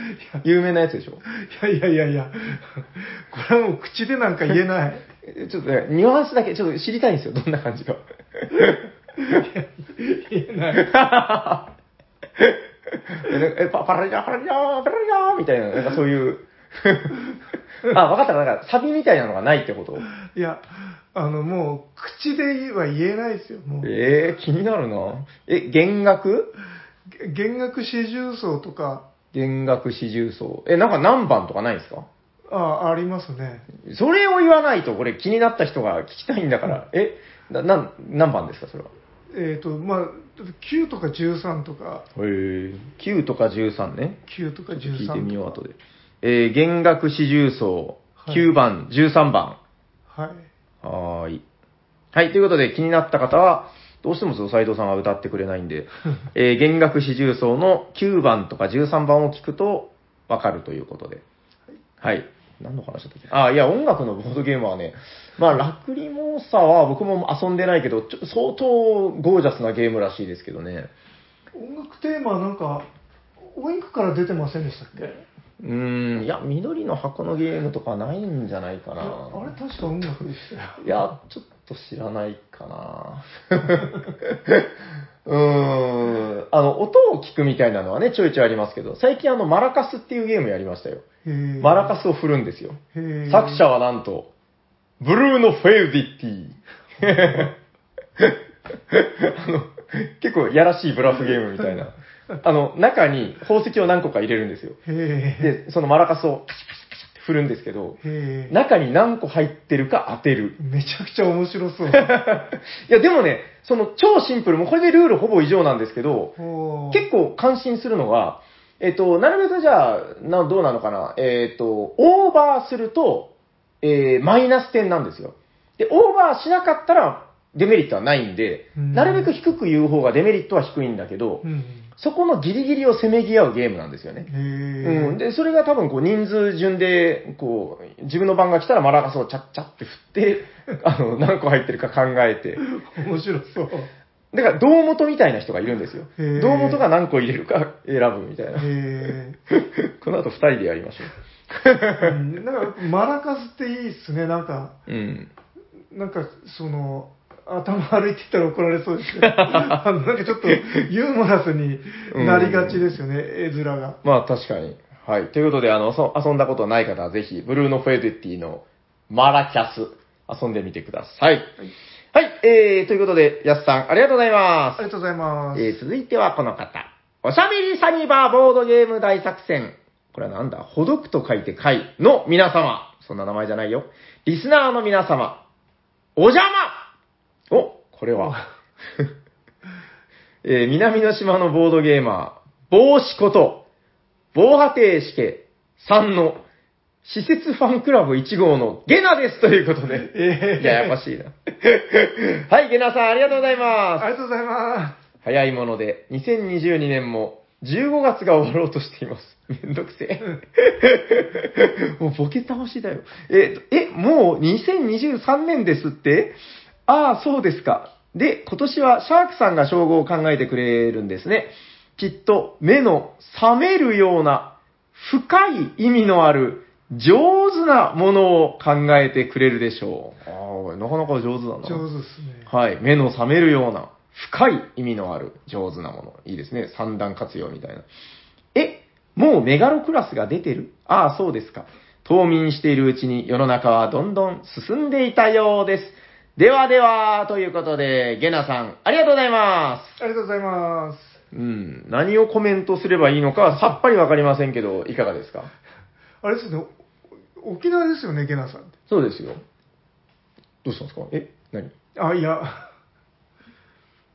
B: 有名なやつでしょ
A: いやいやいやいやこれはもう口でなんか言えない
B: えちょっとね、ニュアンスだけ、ちょっと知りたいんですよ。どんな感じか。
A: 言えない
B: えなんかえ、パパラリラパラリラパラリラみたいな、なんかそういう。 あ、わかった。なんか、サビみたいなのがないってこと。
A: いやあのもう口では言えないですよもう
B: えー、気になるな。え、弦楽
A: 弦楽四重奏とか
B: 弦楽四重奏。え、なんか何番とかないんですか
A: あありますね
B: それを言わないと、これ気になった人が聞きたいんだから。え、な、なん、何番ですか、それは。
A: えっ、とまあ9とか13とか
B: へえ。9とか13ね。
A: 9とか13とか
B: 聞いてみよう、後で。えー、弦楽四重奏。
A: はい
B: 9番、13番。
A: はい
B: はーい。はい、ということで気になった方は、どうしてもその斎藤さんは歌ってくれない んで、えー、弦楽四重奏の9番とか13番を聞くとわかるということで。はい。何の話だったっけあ、いや、音楽のボードゲームはね、まあ、ラクリモーサは僕も遊んでないけど、ちょっと相当ゴージャスなゲームらしいですけどね。
A: 音楽テーマはなんかオインクから出てませんでしたっけ
B: うーん、いや、緑の箱のゲームとかないんじゃないか
A: いや
B: な。
A: あれ確か音楽でしたよ
B: いや、ちょっと知らないかな うーん。あの、音を聞くみたいなのはね、ちょいちょいありますけど、最近あの、マラカスっていうゲームやりましたよ。
A: へ ー
B: マラカスを振るんですよ。
A: へー
B: 作者はなんと、ブルーノ・フェウディッティ。 あの、結構やらしいブラフゲームみたいな。あの、中に宝石を何個か入れるんですよ。
A: へ
B: で、そのマラカスをカシャカシャカシャって振るんですけど、
A: えへえ
B: 中に何個入ってるか当てる。
A: めちゃくちゃ面白 そう
B: いや、でもね、その超シンプル、もうこれでルールほぼ以上なんですけど、
A: ほう
B: 結構感心するのが、えっと、なるべくじゃあ、などうなのかな、えっと、オーバーすると、えーマイナス点なんですよ。で、オーバーしなかったらデメリットはないんで、
A: うん
B: なるべく低く言う方がデメリットは低いんだけど、
A: うん
B: そこのギリギリをせめぎ合うゲームなんですよね。う、
A: うん
B: で、それが多分こう人数順で、こう、自分の番が来たらマラカスをチャッチャって振って、あの、何個入ってるか考えて。
A: 面白 そう。
B: だから、堂本みたいな人がいるんですよ
A: へー。
B: 堂本が何個入れるか選ぶみたいな。
A: へ
B: この後二人でやりましょ
A: ーうんなんか、マラカスっていいっすね、なんか、
B: う。うん。
A: なんか、その、頭悪いって言ったら怒られそうです けど、あのなんかちょっとユーモラスになりがちですよね、絵面が。
B: まあ、確かに。はい。ということで、あの、そ遊んだことない方はぜひ、ブルーノ・フェデティのマラキャス、遊んでみてください。はい。えー、ということで、やすさん、ありがとうございます
A: あり。がとうございます。
B: えー続いてはこの方。おしゃべりサニバーボードゲーム大作戦。これはなんだほどくと書いて会の皆様。そんな名前じゃないよ。リスナーの皆様。お邪魔お、これは。 えー南の島のボードゲーマー、帽子こと、防波堤しけさんの施設ファンクラブ1号のゲナですというこ とで。
A: えー
B: ややこしいな。はい、ゲナさんありがとうございます。
A: ありがとうございま
B: 早いもので、2022年も15月が終わろうとしています。 めんどくせえ。もうボケ倒しだよ。えっと、え、もう2023年ですってああ、そうですか。で、今年はシャークさんが称号を考えてくれるんですね。きっと目の覚めるような深い意味のある上手なものを考えてくれるでしょう。ああ、なかなか上手だな。
A: す。上手っすね。
B: はい。目の覚めるような、深い意味のある、上手なもの。いいですね。三段活用みたいな。え、もうメガロクラスが出てるああ、そうですか。冬眠しているうちに世の中はどんどん進んでいたようです。ではでは、ということで、ゲナさん、ありがとうございま
A: ありがとうございます。
B: す。うん。何をコメントすればいいのかはさっぱりわかりませんけど、いかがですか
A: あれですね、お沖縄ですよね、ゲナさんって。
B: そうですよ。どうしたんですかえ何
A: あ、いや、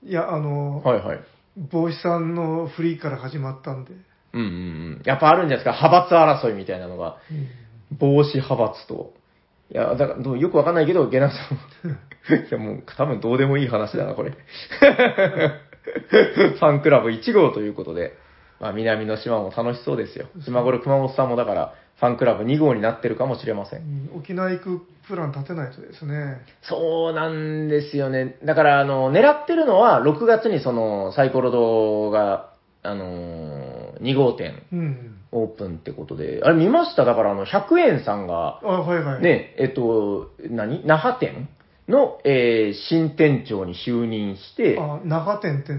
A: いや、あの、
B: はいはい。
A: 帽子さんのフリーから始まったんで。
B: うんうんうん。やっぱあるんじゃないですか派閥争いみたいなのが。帽子派閥と。いや、だからどう、よくわかんないけど、ゲナさ ん。いや、もう、多分どうでもいい話だな、こ れ。ファンクラブ1号ということで、まあ、南の島も楽しそうですよ。今頃熊本さんもだから、ファンクラブ2号になってるかもしれませ
A: う
B: ん。
A: ん沖縄行くプラン立てないとですね。
B: そうなんですよね。だから、あの、狙ってるのは、6月にその、サイコロ堂が、あのー、2号店
A: うん。
B: オープンってことで、あれ見ましただから、あの、100円さんが、
A: あ、はいはい。。
B: ね、えっと、何那覇店の、えー新店長に就任して、
A: あ、長店って
B: い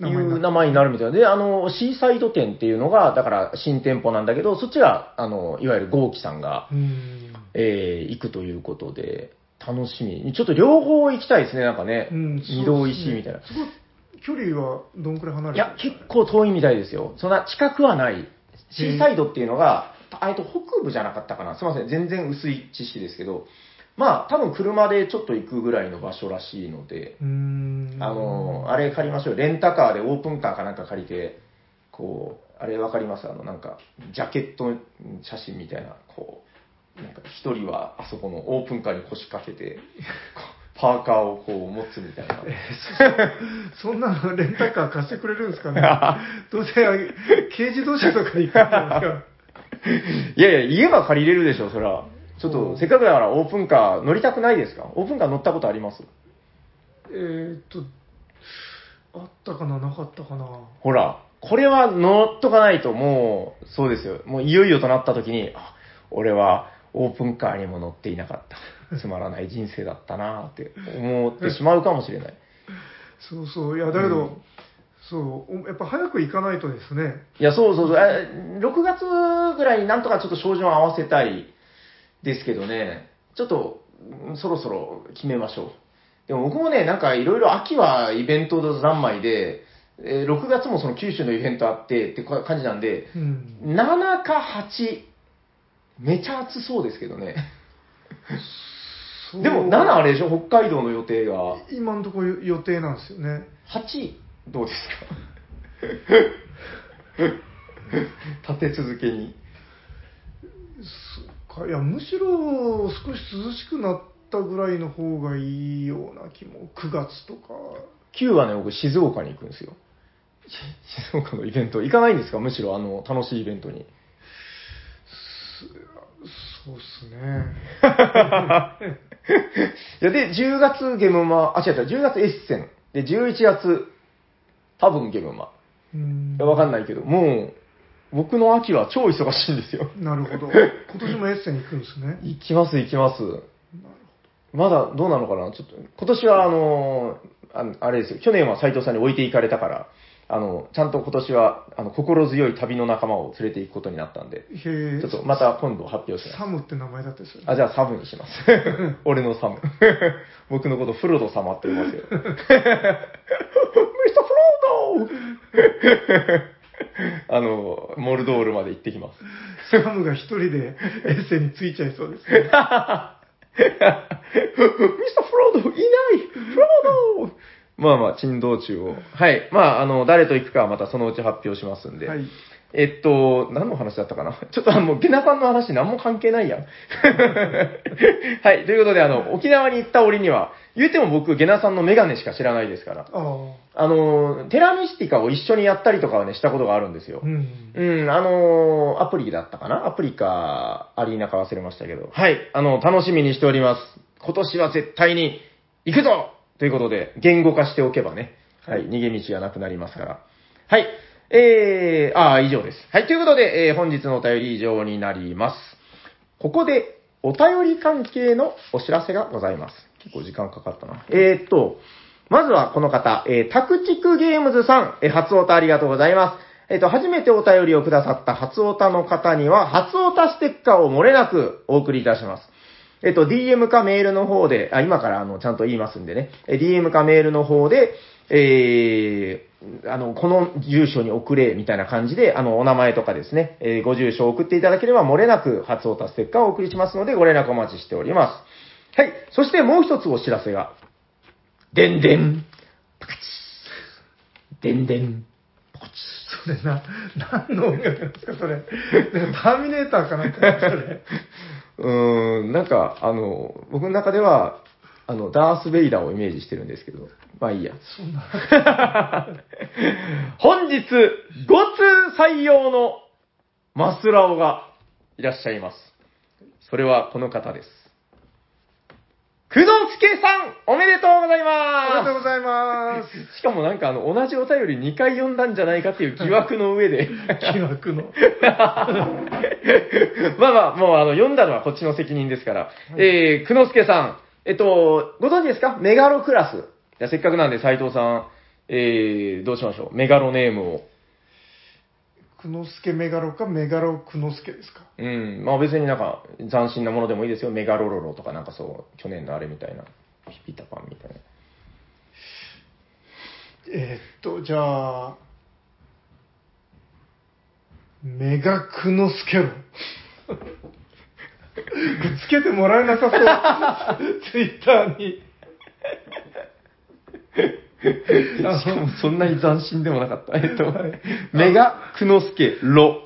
A: 名前に
B: う
A: な
B: 名前になるみたいで、あの、シーサイド店っていうのが、だから新店舗なんだけど、そっちが、あの、いわゆる豪輝さんが、
A: うん。
B: えー行くということで、楽しみ。ちょっと両方行きたいですね、なんかね。
A: うん
B: 二度石みたいな。
A: すごい、距離はどんくらい離れ
B: い
A: てる
B: や、結構遠いみたいですよ。そんな近くはない。シーサイドっていうのが、あえっと北部じゃなかったかな。すいません。全然薄い知識ですけど、まあ、多分車でちょっと行くぐらいの場所らしいので、
A: うーん。
B: あの、あれ借りましょう。レンタカーでオープンカーかなんか借りて、こう、あれわかりますあの、なんか、ジャケット写真みたいな、こう、なんか一人はあそこのオープンカーに腰掛けて、こうパーカーをこう持つみたいな。
A: そんなのレンタカー貸してくれるん ですかねどうせ軽自動車とかで行くんじゃないですか。
B: いやいや、家は借りれるでしょ、そりゃ。ちょっと、せっかくだからオープンカー乗りたくないですかオープンカー乗ったことあります
A: えーっと、あったかな、なかったかな。
B: ほら、これは乗っとかないともう、そうですよ。もういよいよとなった時に、あ、俺はオープンカーにも乗っていなかった。つまらない人生だったなーって思ってしまうかもしれない。
A: そうそう、いや、だけど、
B: うん
A: そう、おやっぱ早く行かないとですね、
B: いや、そうそうそう。え6月ぐらいになんとかちょっと照準を合わせたいですけどね、ちょっと、うんそろそろ決めましょう。でも僕もね、なんかいろいろ秋はイベント三昧で、えー6月もその九州のイベントあってってか感じなんで、
A: うん、
B: 7か8、めちゃ暑そうですけどね。
A: そう
B: でも7あれでしょ北海道の予定が。
A: 今のところ予定なんですよね。
B: 8、どうですか 立て続けに。
A: そっかいや、むしろ少し涼しくなったぐらいの方がいいような気も、9月とか。
B: 9はね、僕静岡に行くんですよ。静岡のイベント、行かないんですかむしろ、あの、楽しいイベントに。
A: そうっすね。
B: いや、で、10月ゲムマ、あ、違う違う、10月エッセン。で、11月、多分ゲムマ。
A: うん
B: いやわかんないけど、もう、僕の秋は超忙しいんですよ。
A: なるほ ど。今年もエッセン行くんですね。
B: 行きます、行きます。まだどうなのかなちょっと、今年はあのーあ、あれですよ、去年は斎藤さんに置いていかれたから、あの、ちゃんと今年は、あの、心強い旅の仲間を連れていくことになったん
A: へ
B: で、
A: え。
B: ちょっとまた今度発表します。
A: サムって名前だったりする。
B: あ、じゃあサムにします。俺の サム。僕のことフロド様って言いますよ。ミスターフロードあの、モルドールまで行ってきます。
A: サムが一人でエッセンについちゃいそうですね。
B: ミスター・フロード、いないフロードまあまあ、珍道中を。はい。まあ、あの、誰と行くかはまたそのうち発表しますんで。
A: はい。
B: えっと、何の話だったかな ちょっとあの、ゲナさんの話何も関係ないやん。 はい。ということで、あの、沖縄に行った折には、言うても僕、ゲナさんのメガネしか知らないですから。
A: ああ。
B: あの、テラミスティカを一緒にやったりとかはね、したことがあるんですよ。
A: うん。
B: うん、あのーアプリだったかなアプリか、アリーナか忘れましたけど。はい、あの、楽しみにしております。今年は絶対に行くぞということで、言語化しておけばね、はい、逃げ道がなくなりますから。はい、えー、あー以上です。はい、ということで、えー本日のお便り以上になります。ここで、お便り関係のお知らせがございます。結構時間かかったな。えー、っと、まずはこの方、えー、タクチクゲームズさん、えー初オタありがとうございます。えー、っと、初めてお便りをくださった初オタの方には、初オタステッカーを漏れなくお送りいたします。えっと、DM かメールの方で、あ、今からあの、ちゃんと言いますんでね。え DM かメールの方で、えー、あの、この住所に送れ、みたいな感じで、あの、お名前とかですね、えーご住所を送っていただければ、漏れなく、初オタステッカーをお送りしますので、ご連絡お待ちしております。はい。そしてもう一つお知らせが。でんでん。パカチでんでん。
A: それな、何の音楽なんですか、それ。なんかターミネーターかなんか、それ。
B: うーん、なんか、あの、僕の中では、あの、ダース・ベイダーをイメージしてるんですけど、まあいいや。
A: そんな。
B: 本日、5通採用のマスラオがいらっしゃいます。それはこの方です。工藤助さん、おめでとうござい
A: ありがとう
B: ま
A: ございます。
B: す。しかもなんかあの、同じお便り2回読んだんじゃないかっていう疑惑の上で。
A: 疑惑の。
B: まあまあ、もうあの、読んだのはこっちの責任ですから。えー、くのすけさん。えっと、ご存知ですかメガロクラス。じゃあせっかくなんで斉藤さん、えー、どうしましょうメガロネームを。
A: くのすけメガロかメガロくのすけですか。
B: うん。まあ別になんか、斬新なものでもいいですよ。メガロロロとかなんかそう、去年のあれみたいな。ピピタパンみたいな。
A: えーっと、じゃあ、メガクノス ケロ。くっつけてもらえなさ そう。ツイッターに。 あ
B: しかもそんなに斬新でもなかった。えっと
A: はい、
B: メガ、くのすけ、ロ。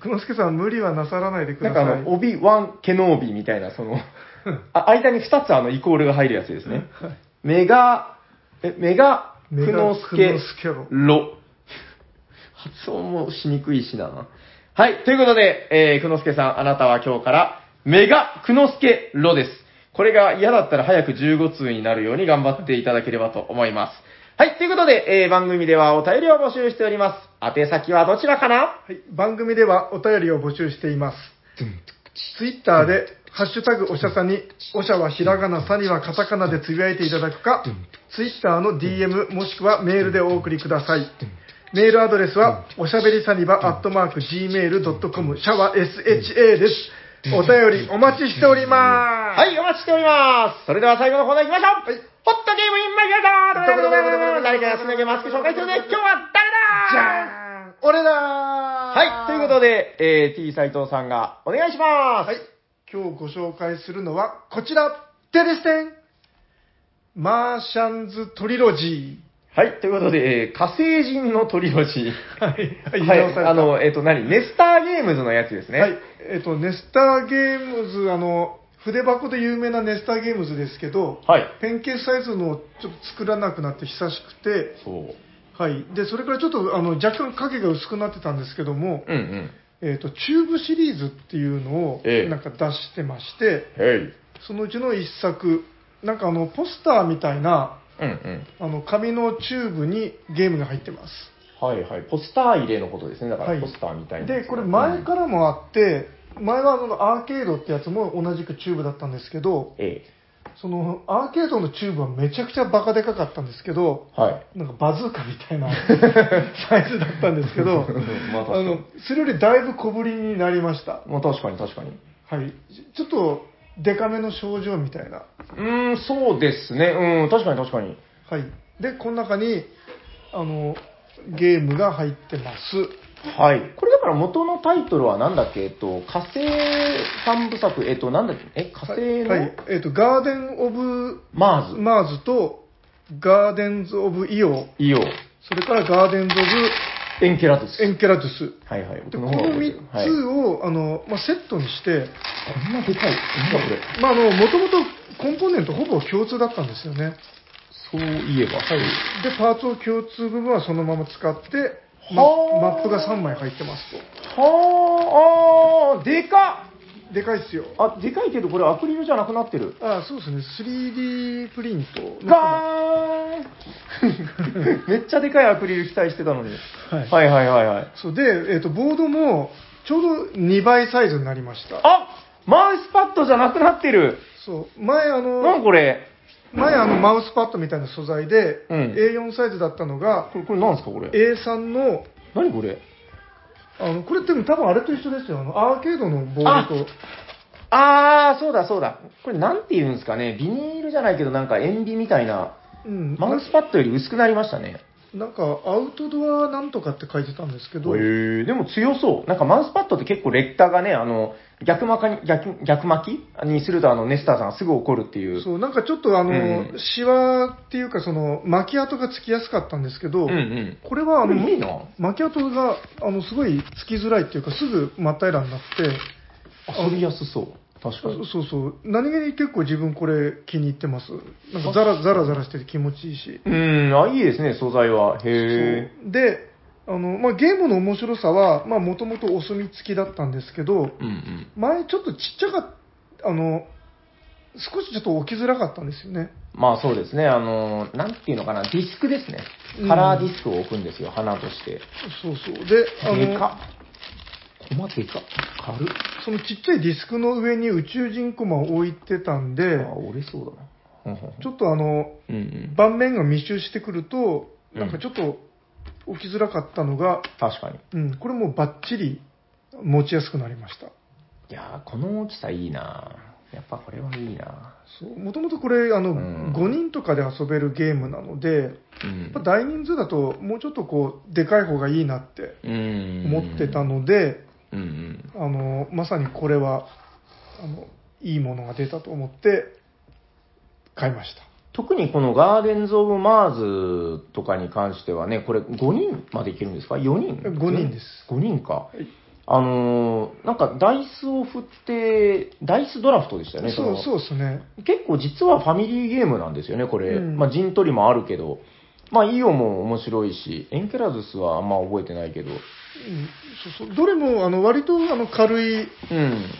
A: くのすけさん無理はなさらないでく
B: な
A: だ
B: んか
A: さい。
B: あの、オビワン・ケノービみたいな、そ の、あ間に2つあの、イコールが入るやつですね。メガ、え、メガ、ク
A: メガ
B: ノスケ
A: クノスケロ、
B: ロ。発音もしにくいしな。はい、ということで、えー、クノスケさん、あなたは今日から、メガ、クノスケ、ロです。これが嫌だったら早く15通になるように頑張っていただければと思います。はい、ということで、えー、番組ではお便りを募集しております。宛先はどちらかな
A: はい、番組ではお便りを募集しています。ツイッターで、ハッシュタグおしゃさに、おしゃはひらがな、さにはカタカナでつぶやいていただくか、ツイッターの DM もしくはメールでお送りください。メールアドレスは、おしゃべりさにば、アットマーク、gmail.com、シャワ sha です。お便りお待ちしておりま
B: はい、お待ちしております。それでは最後のコーナー行きましょう。ホットゲームインマイガーだ誰かがすねげマスク紹介するね。今日
A: す。
B: は
A: じ
B: 誰だ
A: ゃーん俺だー
B: はい、ということで、えー、T 斎藤さんがお願いします。
A: はい。今日ご紹介するのはこちら、テレステンマーシャンズトリロジ
B: はい、ということで、えー、火星人のトリロジー。
A: ー。はい。
B: はい、あ、の、えっ、と、何ネスターゲームズのやつですね。
A: はい。えっと、ネスターゲームズ、あの、筆箱で有名なネスターゲームズですけど、
B: はい。
A: ペンケースサイズのをちょっと作らなくなって久しくて、
B: そう。
A: はい。で、それからちょっと、あの、若干影が薄くなってたんですけども、
B: うんうん。
A: えっ、と、チューブシリーズっていうのを、
B: ええ
A: なんか出してまして、
B: へい。
A: そのうちの一作、なんかあの、ポスターみたいな、
B: うんうん。
A: あの、紙のチューブにゲームが入ってます。
B: はいはい。ポスター入れのことですね。だか
A: は
B: ら
A: い
B: ポスターみたいな。。
A: で、これ前かららもあって、前はあの、アーケードってやつも同じくチューブだったんですけど、
B: え
A: その、アーケードのチューブはめちゃくちゃバカでかかったんですけど、
B: え。はい。
A: なんかバズーカみ たいなサイズだったんですけど、
B: まあ確か
A: あ
B: に
A: の、それよりだいぶ小ぶりになりました。
B: まあ確かに確かに。
A: はい。ちょっと、デカめの症状みたいな。
B: うーん、そうですね。うん、確かに確かに。
A: はい。で、この中に、あの、ゲームが入ってます。
B: はい。これだから元のタイトルはなんだっけえっと、火星三部作、えっと、なんだっけえ、火星の、
A: はい。えっ、と、ガーデン・オブ・
B: マーズ、
A: マーズと、ガーデンズ・オブ・イオ、
B: イオ、
A: それからガーデンズ・オ
B: エンケラトス。
A: ブ・エンケラトゥス。
B: はいはい。
A: で、
B: 僕
A: この
B: の方が覚
A: 3
B: えてるはい、
A: つを、あの、まあ、セットにして、
B: こんなでかい。なんだこれ。
A: まあ、あの、もともとコンポーネントほぼ共通だったんですよね。
B: そういえば。
A: はい。で、パーツを共通部分はそのまま使って、ま
B: はあ
A: マップが3枚入ってます
B: はーあー、でかっ
A: と。でかいっすよ。
B: あ、でかいけどこれアクリルじゃなくなってる。
A: あそうですね。3D プリントの。は
B: ガーンめっちゃでかいアクリル期待してたのに。
A: い。
B: はいはいはいはい。
A: そうで、えっ、と、ボードも、ちょうど2倍サイズになりました。
B: あマウスパッドじゃなくなってる
A: そう。前、あ
B: なん
A: の、
B: これ
A: 前、あの、マウスパッドみたいな素材で、
B: うん
A: A4 サイズだったのが、
B: これ、これなんですかこれ。
A: A3 の、
B: 何これ
A: あの、これでも多分あれと一緒ですよ。あの、アーケードのボードと。
B: あー、そうだそうだ。これなんて言うんですかね。ビニールじゃないけどなんか塩ビみたいな。
A: うん。
B: マウスパッドより薄くなりましたね。
A: なんか、アウトドアなんとかって書いてたんですけ
B: へ
A: ど、
B: ー、でも強そう。なんかマウスパッドって結構レッタがね、あの、逆巻かに、逆、逆巻きにするとあの、ネスターさんがすぐ怒るっていう。
A: そう、なんかちょっとあの、
B: うん
A: シワっていうかその、巻き跡がつきやすかったんですけど、
B: うんうん。
A: これはあ
B: こ
A: の、
B: れいいな。
A: 巻き跡が、あの、すごいつきづらいっていうか、すぐ真っ平らになって、
B: 遊びやすそう。確か
A: そ
B: に。
A: そうそう、何気に結構自分これ気に入ってます。なんかザラザラザラしてて気持ちいいし。
B: うん、あ、いいですね、素材は。へー。
A: そうで、あの、まあ、ゲームの面白さは、まあ、もともとお墨付きだったんですけど、
B: うんうん。
A: 前ちょっとちっちゃかった、あの、少しちょっと置きづらかったんですよね。
B: まあそうですね、あの、なんていうのかな、ディスクですね
A: う。ん
B: カラーディスクを置くんですよ、花として。
A: そうそう。で、あ
B: で
A: の
B: か、っ。コマでかっ。軽っ。
A: そのちっちゃいディスクの上に宇宙人コマを置いてたんで、
B: あ、折れそうだな。ほんほんほん
A: ちょっとあの、
B: うんうん。
A: 盤面が密集してくると、
B: うん
A: なんかちょっと置きづらかったのが、
B: 確かに。
A: うん、これもうバッチリ持ちやすくなりました。
B: いやー、この大きさいいなやっぱこれはいいな
A: そう、もともとこれ、あの、
B: うん
A: 5人とかで遊べるゲームなので、
B: うん
A: やっぱ大人数だともうちょっとこう、でかい方がいいなって
B: うん。
A: 思ってた。ので、
B: うんうん。
A: あの、まさにこれは、あの、いいものが出たと思って、買いました。
B: 特にこのガーデンズ・オブ・マーズとかに関してはね、これ5人までいけるんですか ?4 人
A: 5人です。
B: 5人か。
A: はい
B: あのーなんかダイスを振って、ダイスドラフトでしたよね、
A: そう
B: の
A: そうですね。
B: 結構実はファミリーゲームなんですよね、これ。
A: うん
B: まあ、陣取りもあるけど、まあ、イオも面白いし、エンケラズスはあんま覚えてないけど、
A: うん、そうそうどれもあの割とあの軽い、
B: うん。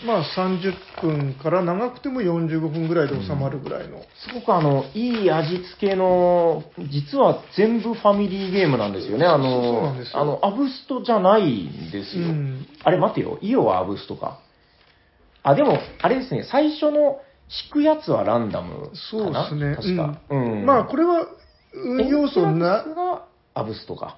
A: まあ、30分から長くても45分ぐらいで収まるぐらいの、
B: すごくあの、いい味付けの、実は全部ファミリーゲームなんですよね、あの、
A: そうなんですよ
B: あの、アブストじゃないんですよ。
A: うん
B: あれ、待てよ、イオはアブストか。あ、でも、あれですね、最初の敷くやつはランダム
A: そうで
B: かな
A: すね
B: 確か。
A: うんまあこれは運要素
B: エンケ
A: な
B: ラズスがアブストか。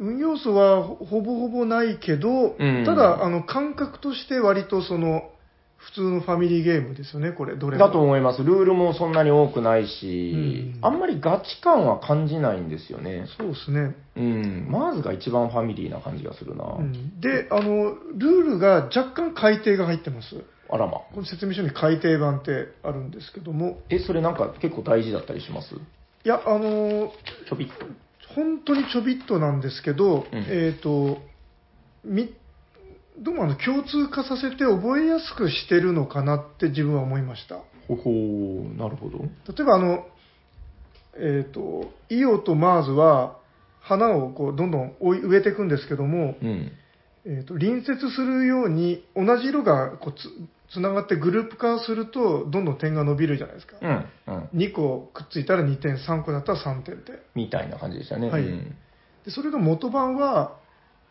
A: 運要素はほほぼほぼないけど、
B: うん
A: ただあの感覚として割とその普通のファミリーゲームですよねこれどれも
B: だと思います。ルールもそんなに多くないし、
A: うん
B: あんまりガチ感は感じないんですよね。
A: そうですね、
B: うん。マーズが一番ファミリーな感じがするな。
A: うん、であのルールが若干改訂が入ってます
B: あらま。
A: この説明書に改訂版ってあるんですけども
B: え、それなんか結構大事だったりします
A: いやあの
B: ちょびっと。
A: 本当にちょびっとなんですけど、
B: うん
A: えっ、と、み、どうもあの共通化させて覚えやすくしてるのかなって自分は思いました。
B: ほほー、なるほど。
A: 例えばあの、えっ、と、イオとマーズは、花をこうどんどん追い植えていくんですけども、
B: うん。
A: えー、と隣接するように同じ色がこうつつながってグループ化するとどんどん点が伸びるじゃないですか、
B: うん。うん。
A: 2個くっついたら2点3個だったら3点って
B: みたいな感じでしたね。
A: はい
B: うん。
A: でそれの元版は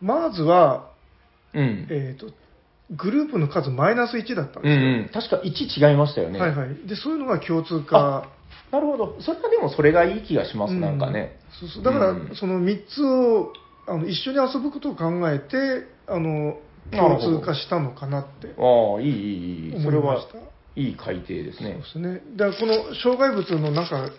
A: まずは、
B: うん。
A: えー、とグループの数マイナス1だったん
B: うん
A: ですよ、
B: うん、確か1違いましたよね。
A: はいはい、でそういうのが共通化
B: なるほど。それはでもそれがいい気がします、なんかね。
A: うんそうそうだから、
B: うん
A: その3つをあの一緒に遊ぶことを考えてあの
B: なるほど
A: 共通化したのかなって
B: ああ、いい、いい、いい。そ
A: 思
B: れ
A: いま
B: は
A: した
B: いい改定ですね。
A: そうですねだからこの障害物のなんか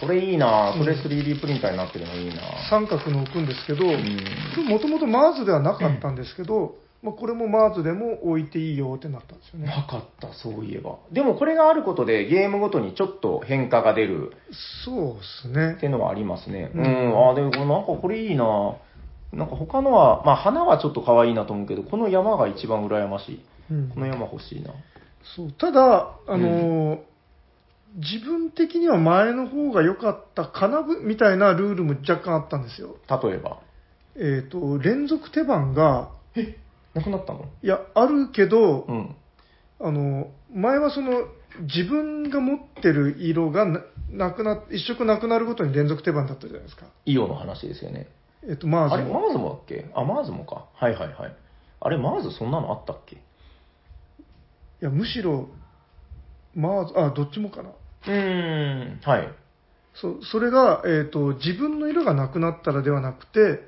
B: それいいな
A: うん
B: それ 3D プリンターになってるのいいな
A: 三角の置くんですけど、
B: うん
A: もともと MARS ではなかったんですけど、まあ、これも MARS でも置いていいよってなったんですよね。
B: なかった、そういえば。でもこれがあることでゲームごとにちょっと変化が出る
A: そうですね
B: っ。ていうのはありますね。う、
A: うんん
B: ああ、でもこれなんかこれいいななんか他のは、まあ花はちょっと可愛いなと思うけど、この山が一番羨ましい。
A: うん
B: この山欲しいな。
A: そうただ、あのー自分的には前の方が良かったかなぶみたいなルールも若干あったんですよ。
B: 例えば。
A: えっ、と、連続手番が、
B: なくなったの
A: いや、あるけど
B: う、ん。
A: あのー前はその、自分が持ってる色がななくな、一色なくなるごとに連続手番だったじゃないですか。
B: イオの話ですよね。
A: えっ、と、ま
B: あ
A: あ
B: れ、マーズもだっけあ、マーズもか。はいはいはい。あれ、マーズそんなのあったっけ
A: いや、むしろ、まあ、あ、どっちもかな。
B: うーん、はい。
A: そそれが、えっ、と、自分の色がなくなったらではなくて、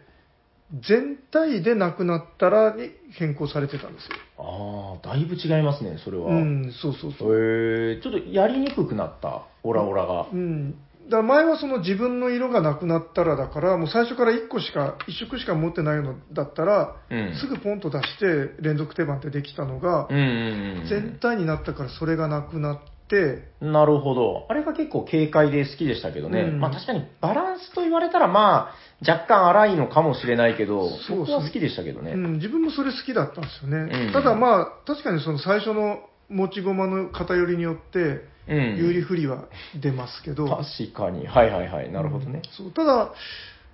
A: 全体でなくなったらに変更されてたんです
B: ああ、だいぶ違いますね、それ
A: よ。
B: は。
A: う
B: へ
A: ん、そうそうそう。
B: え、ちょっとやりにくくなった、オラオラが
A: う。ん。だから前はその自分の色がなくなったらだから、もう最初から1個しか、1色しか持ってないのだったら、
B: うん
A: すぐポンと出して連続手番ってできたのが
B: う、んうんうん
A: 全体になったからそれがなくなって、
B: うん。なるほど。あれが結構軽快で好きでしたけどね。
A: うん
B: まあ確かにバランスと言われたら、まあ、若干荒いのかもしれないけど、
A: そうそう
B: 僕は好きでしたけどね。
A: うん、自分もそれ好きだったんですよね、
B: うん
A: ただまあ確かにその最初の持ち駒の偏りによって
B: うん。
A: 有利不利は出ますけど、
B: 確かに。はいはいはい。なるほどね。
A: そうただだか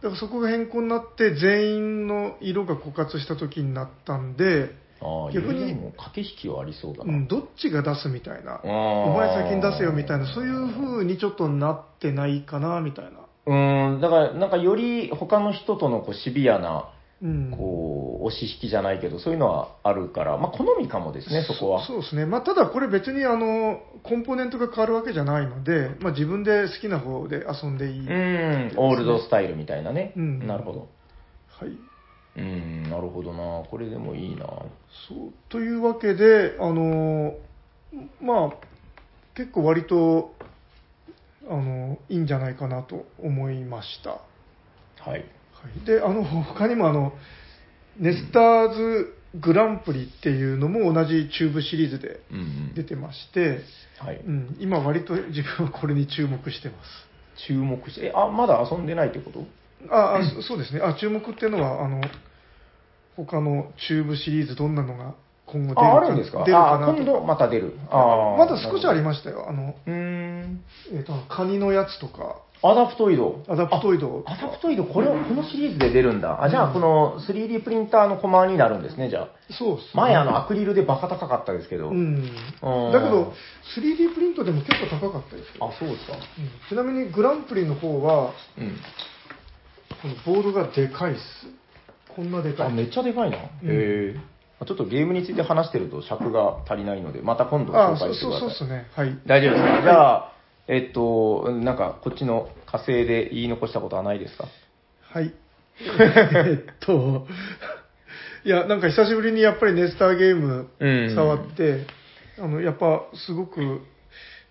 A: らそこが変更になって全員の色が枯渇した時になったんで、
B: ああ、
A: 逆に
B: いろいろもう駆け引きはありそうだ
A: う
B: な。
A: ん、どっちが出すみたいな、
B: お
A: お前先に出せよみたいなそういう
B: う
A: 風にちょっとなってないかなみたいな、
B: ーんだからなんかより他の人とのこうシビアな
A: うん、
B: こう押し引きじゃないけどそういうのはあるからまあ好みかもですねそこは
A: そうですね、まあ、ただこれ別にあのコンポーネントが変わるわけじゃないので、まあ、自分で好きな方で遊んでいい、
B: う
A: はい、
B: んオールドスタイルみたいなね
A: うん
B: なるほどうんなるほどなこれでもいいな
A: そうというわけで、あのまあ、結構割と、あのいいんじゃないかなと思いました。は
B: はい
A: い、であの他にもあのネスターズグランプリっていうのも同じチューブシリーズで
B: うんうん
A: 出てまして、
B: はい
A: うん、今割と自分はこれに注目してます。
B: 注目してえあまだ遊んでないってこと
A: ああ、そそうですね。あ、注目っていうのは、あの、他のチューブシリーズどんなのが今後出る
B: あ
A: か
B: あるんですか
A: 出るか
B: あ
A: な
B: 今
A: と。
B: 度また出るあー
A: まだ少しあり
B: なる
A: ましたよ。あの、
B: ほどうーん
A: えっ、と、カニのやつとか、
B: アダプト移動
A: アダプトイドと
B: アダプ
A: か。
B: トイド、これ、このシリーズで出るんだ。あ、じゃあ、この 3D プリンターのコマになるんですね、じゃあ。
A: そうっすね
B: 前、あの、アクリルでバカ高かったですけど。
A: うん。
B: うん
A: だけど、3D プリントでも結構高かったですよ。
B: あ、そうですか。
A: うんちなみにグランプリの方は、
B: うん。
A: このボードがでかいっす。こんなでか
B: あ、
A: い。
B: めっちゃでかいな。へ
A: うん
B: え。ちょっとゲームについて話してると尺が足りないので、また今度
A: あそ
B: 紹介
A: う
B: して
A: そう
B: くだ
A: そうっ
B: さ
A: す
B: い。
A: ね。はい。
B: 大丈夫ですかじゃあ、えっと、なんか、こっちの火星で言い残したことはないですか
A: はい。 えっと、いや、なんか久しぶりにやっぱりネスターゲーム
B: うん
A: 触って、あの、やっぱすごく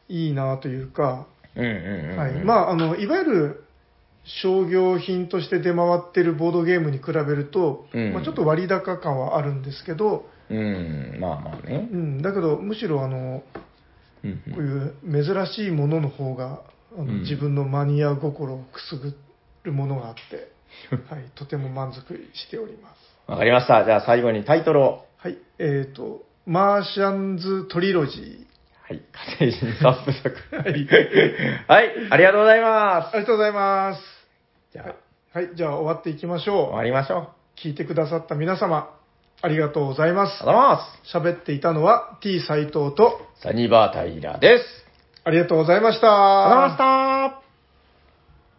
A: いいなというか、
B: うんうんうん。
A: はい。まあ、あの、いわゆる商業品として出回ってるボードゲームに比べると、
B: うん
A: まあ、ちょっと割高感はあるんですけど、
B: うん、まあまあね
A: う。ん、だけどむしろあの、
B: うんうん
A: こういう珍しいものの方が、あの
B: うん
A: 自分のマニア心をくすぐるものがあって、はい、とても満足しております。
B: わかりました。じゃあ、最後にタイトルを。
A: はい、えー、と、マーシャンズ・トリロジー。
B: はい。火星人三部作。はい。ありがとうございま
A: ありがとうございます。
B: す。じゃあ。
A: はい、じゃあ終わっていきましょう。
B: 終わりましょう。
A: 聞いてくださった皆様、ありがとうございま。
B: ありがとうございます
A: 喋っていたのは T 斎藤と、
B: す。サニバータイラです。
A: ありがとうございました。
B: ありがとうございました。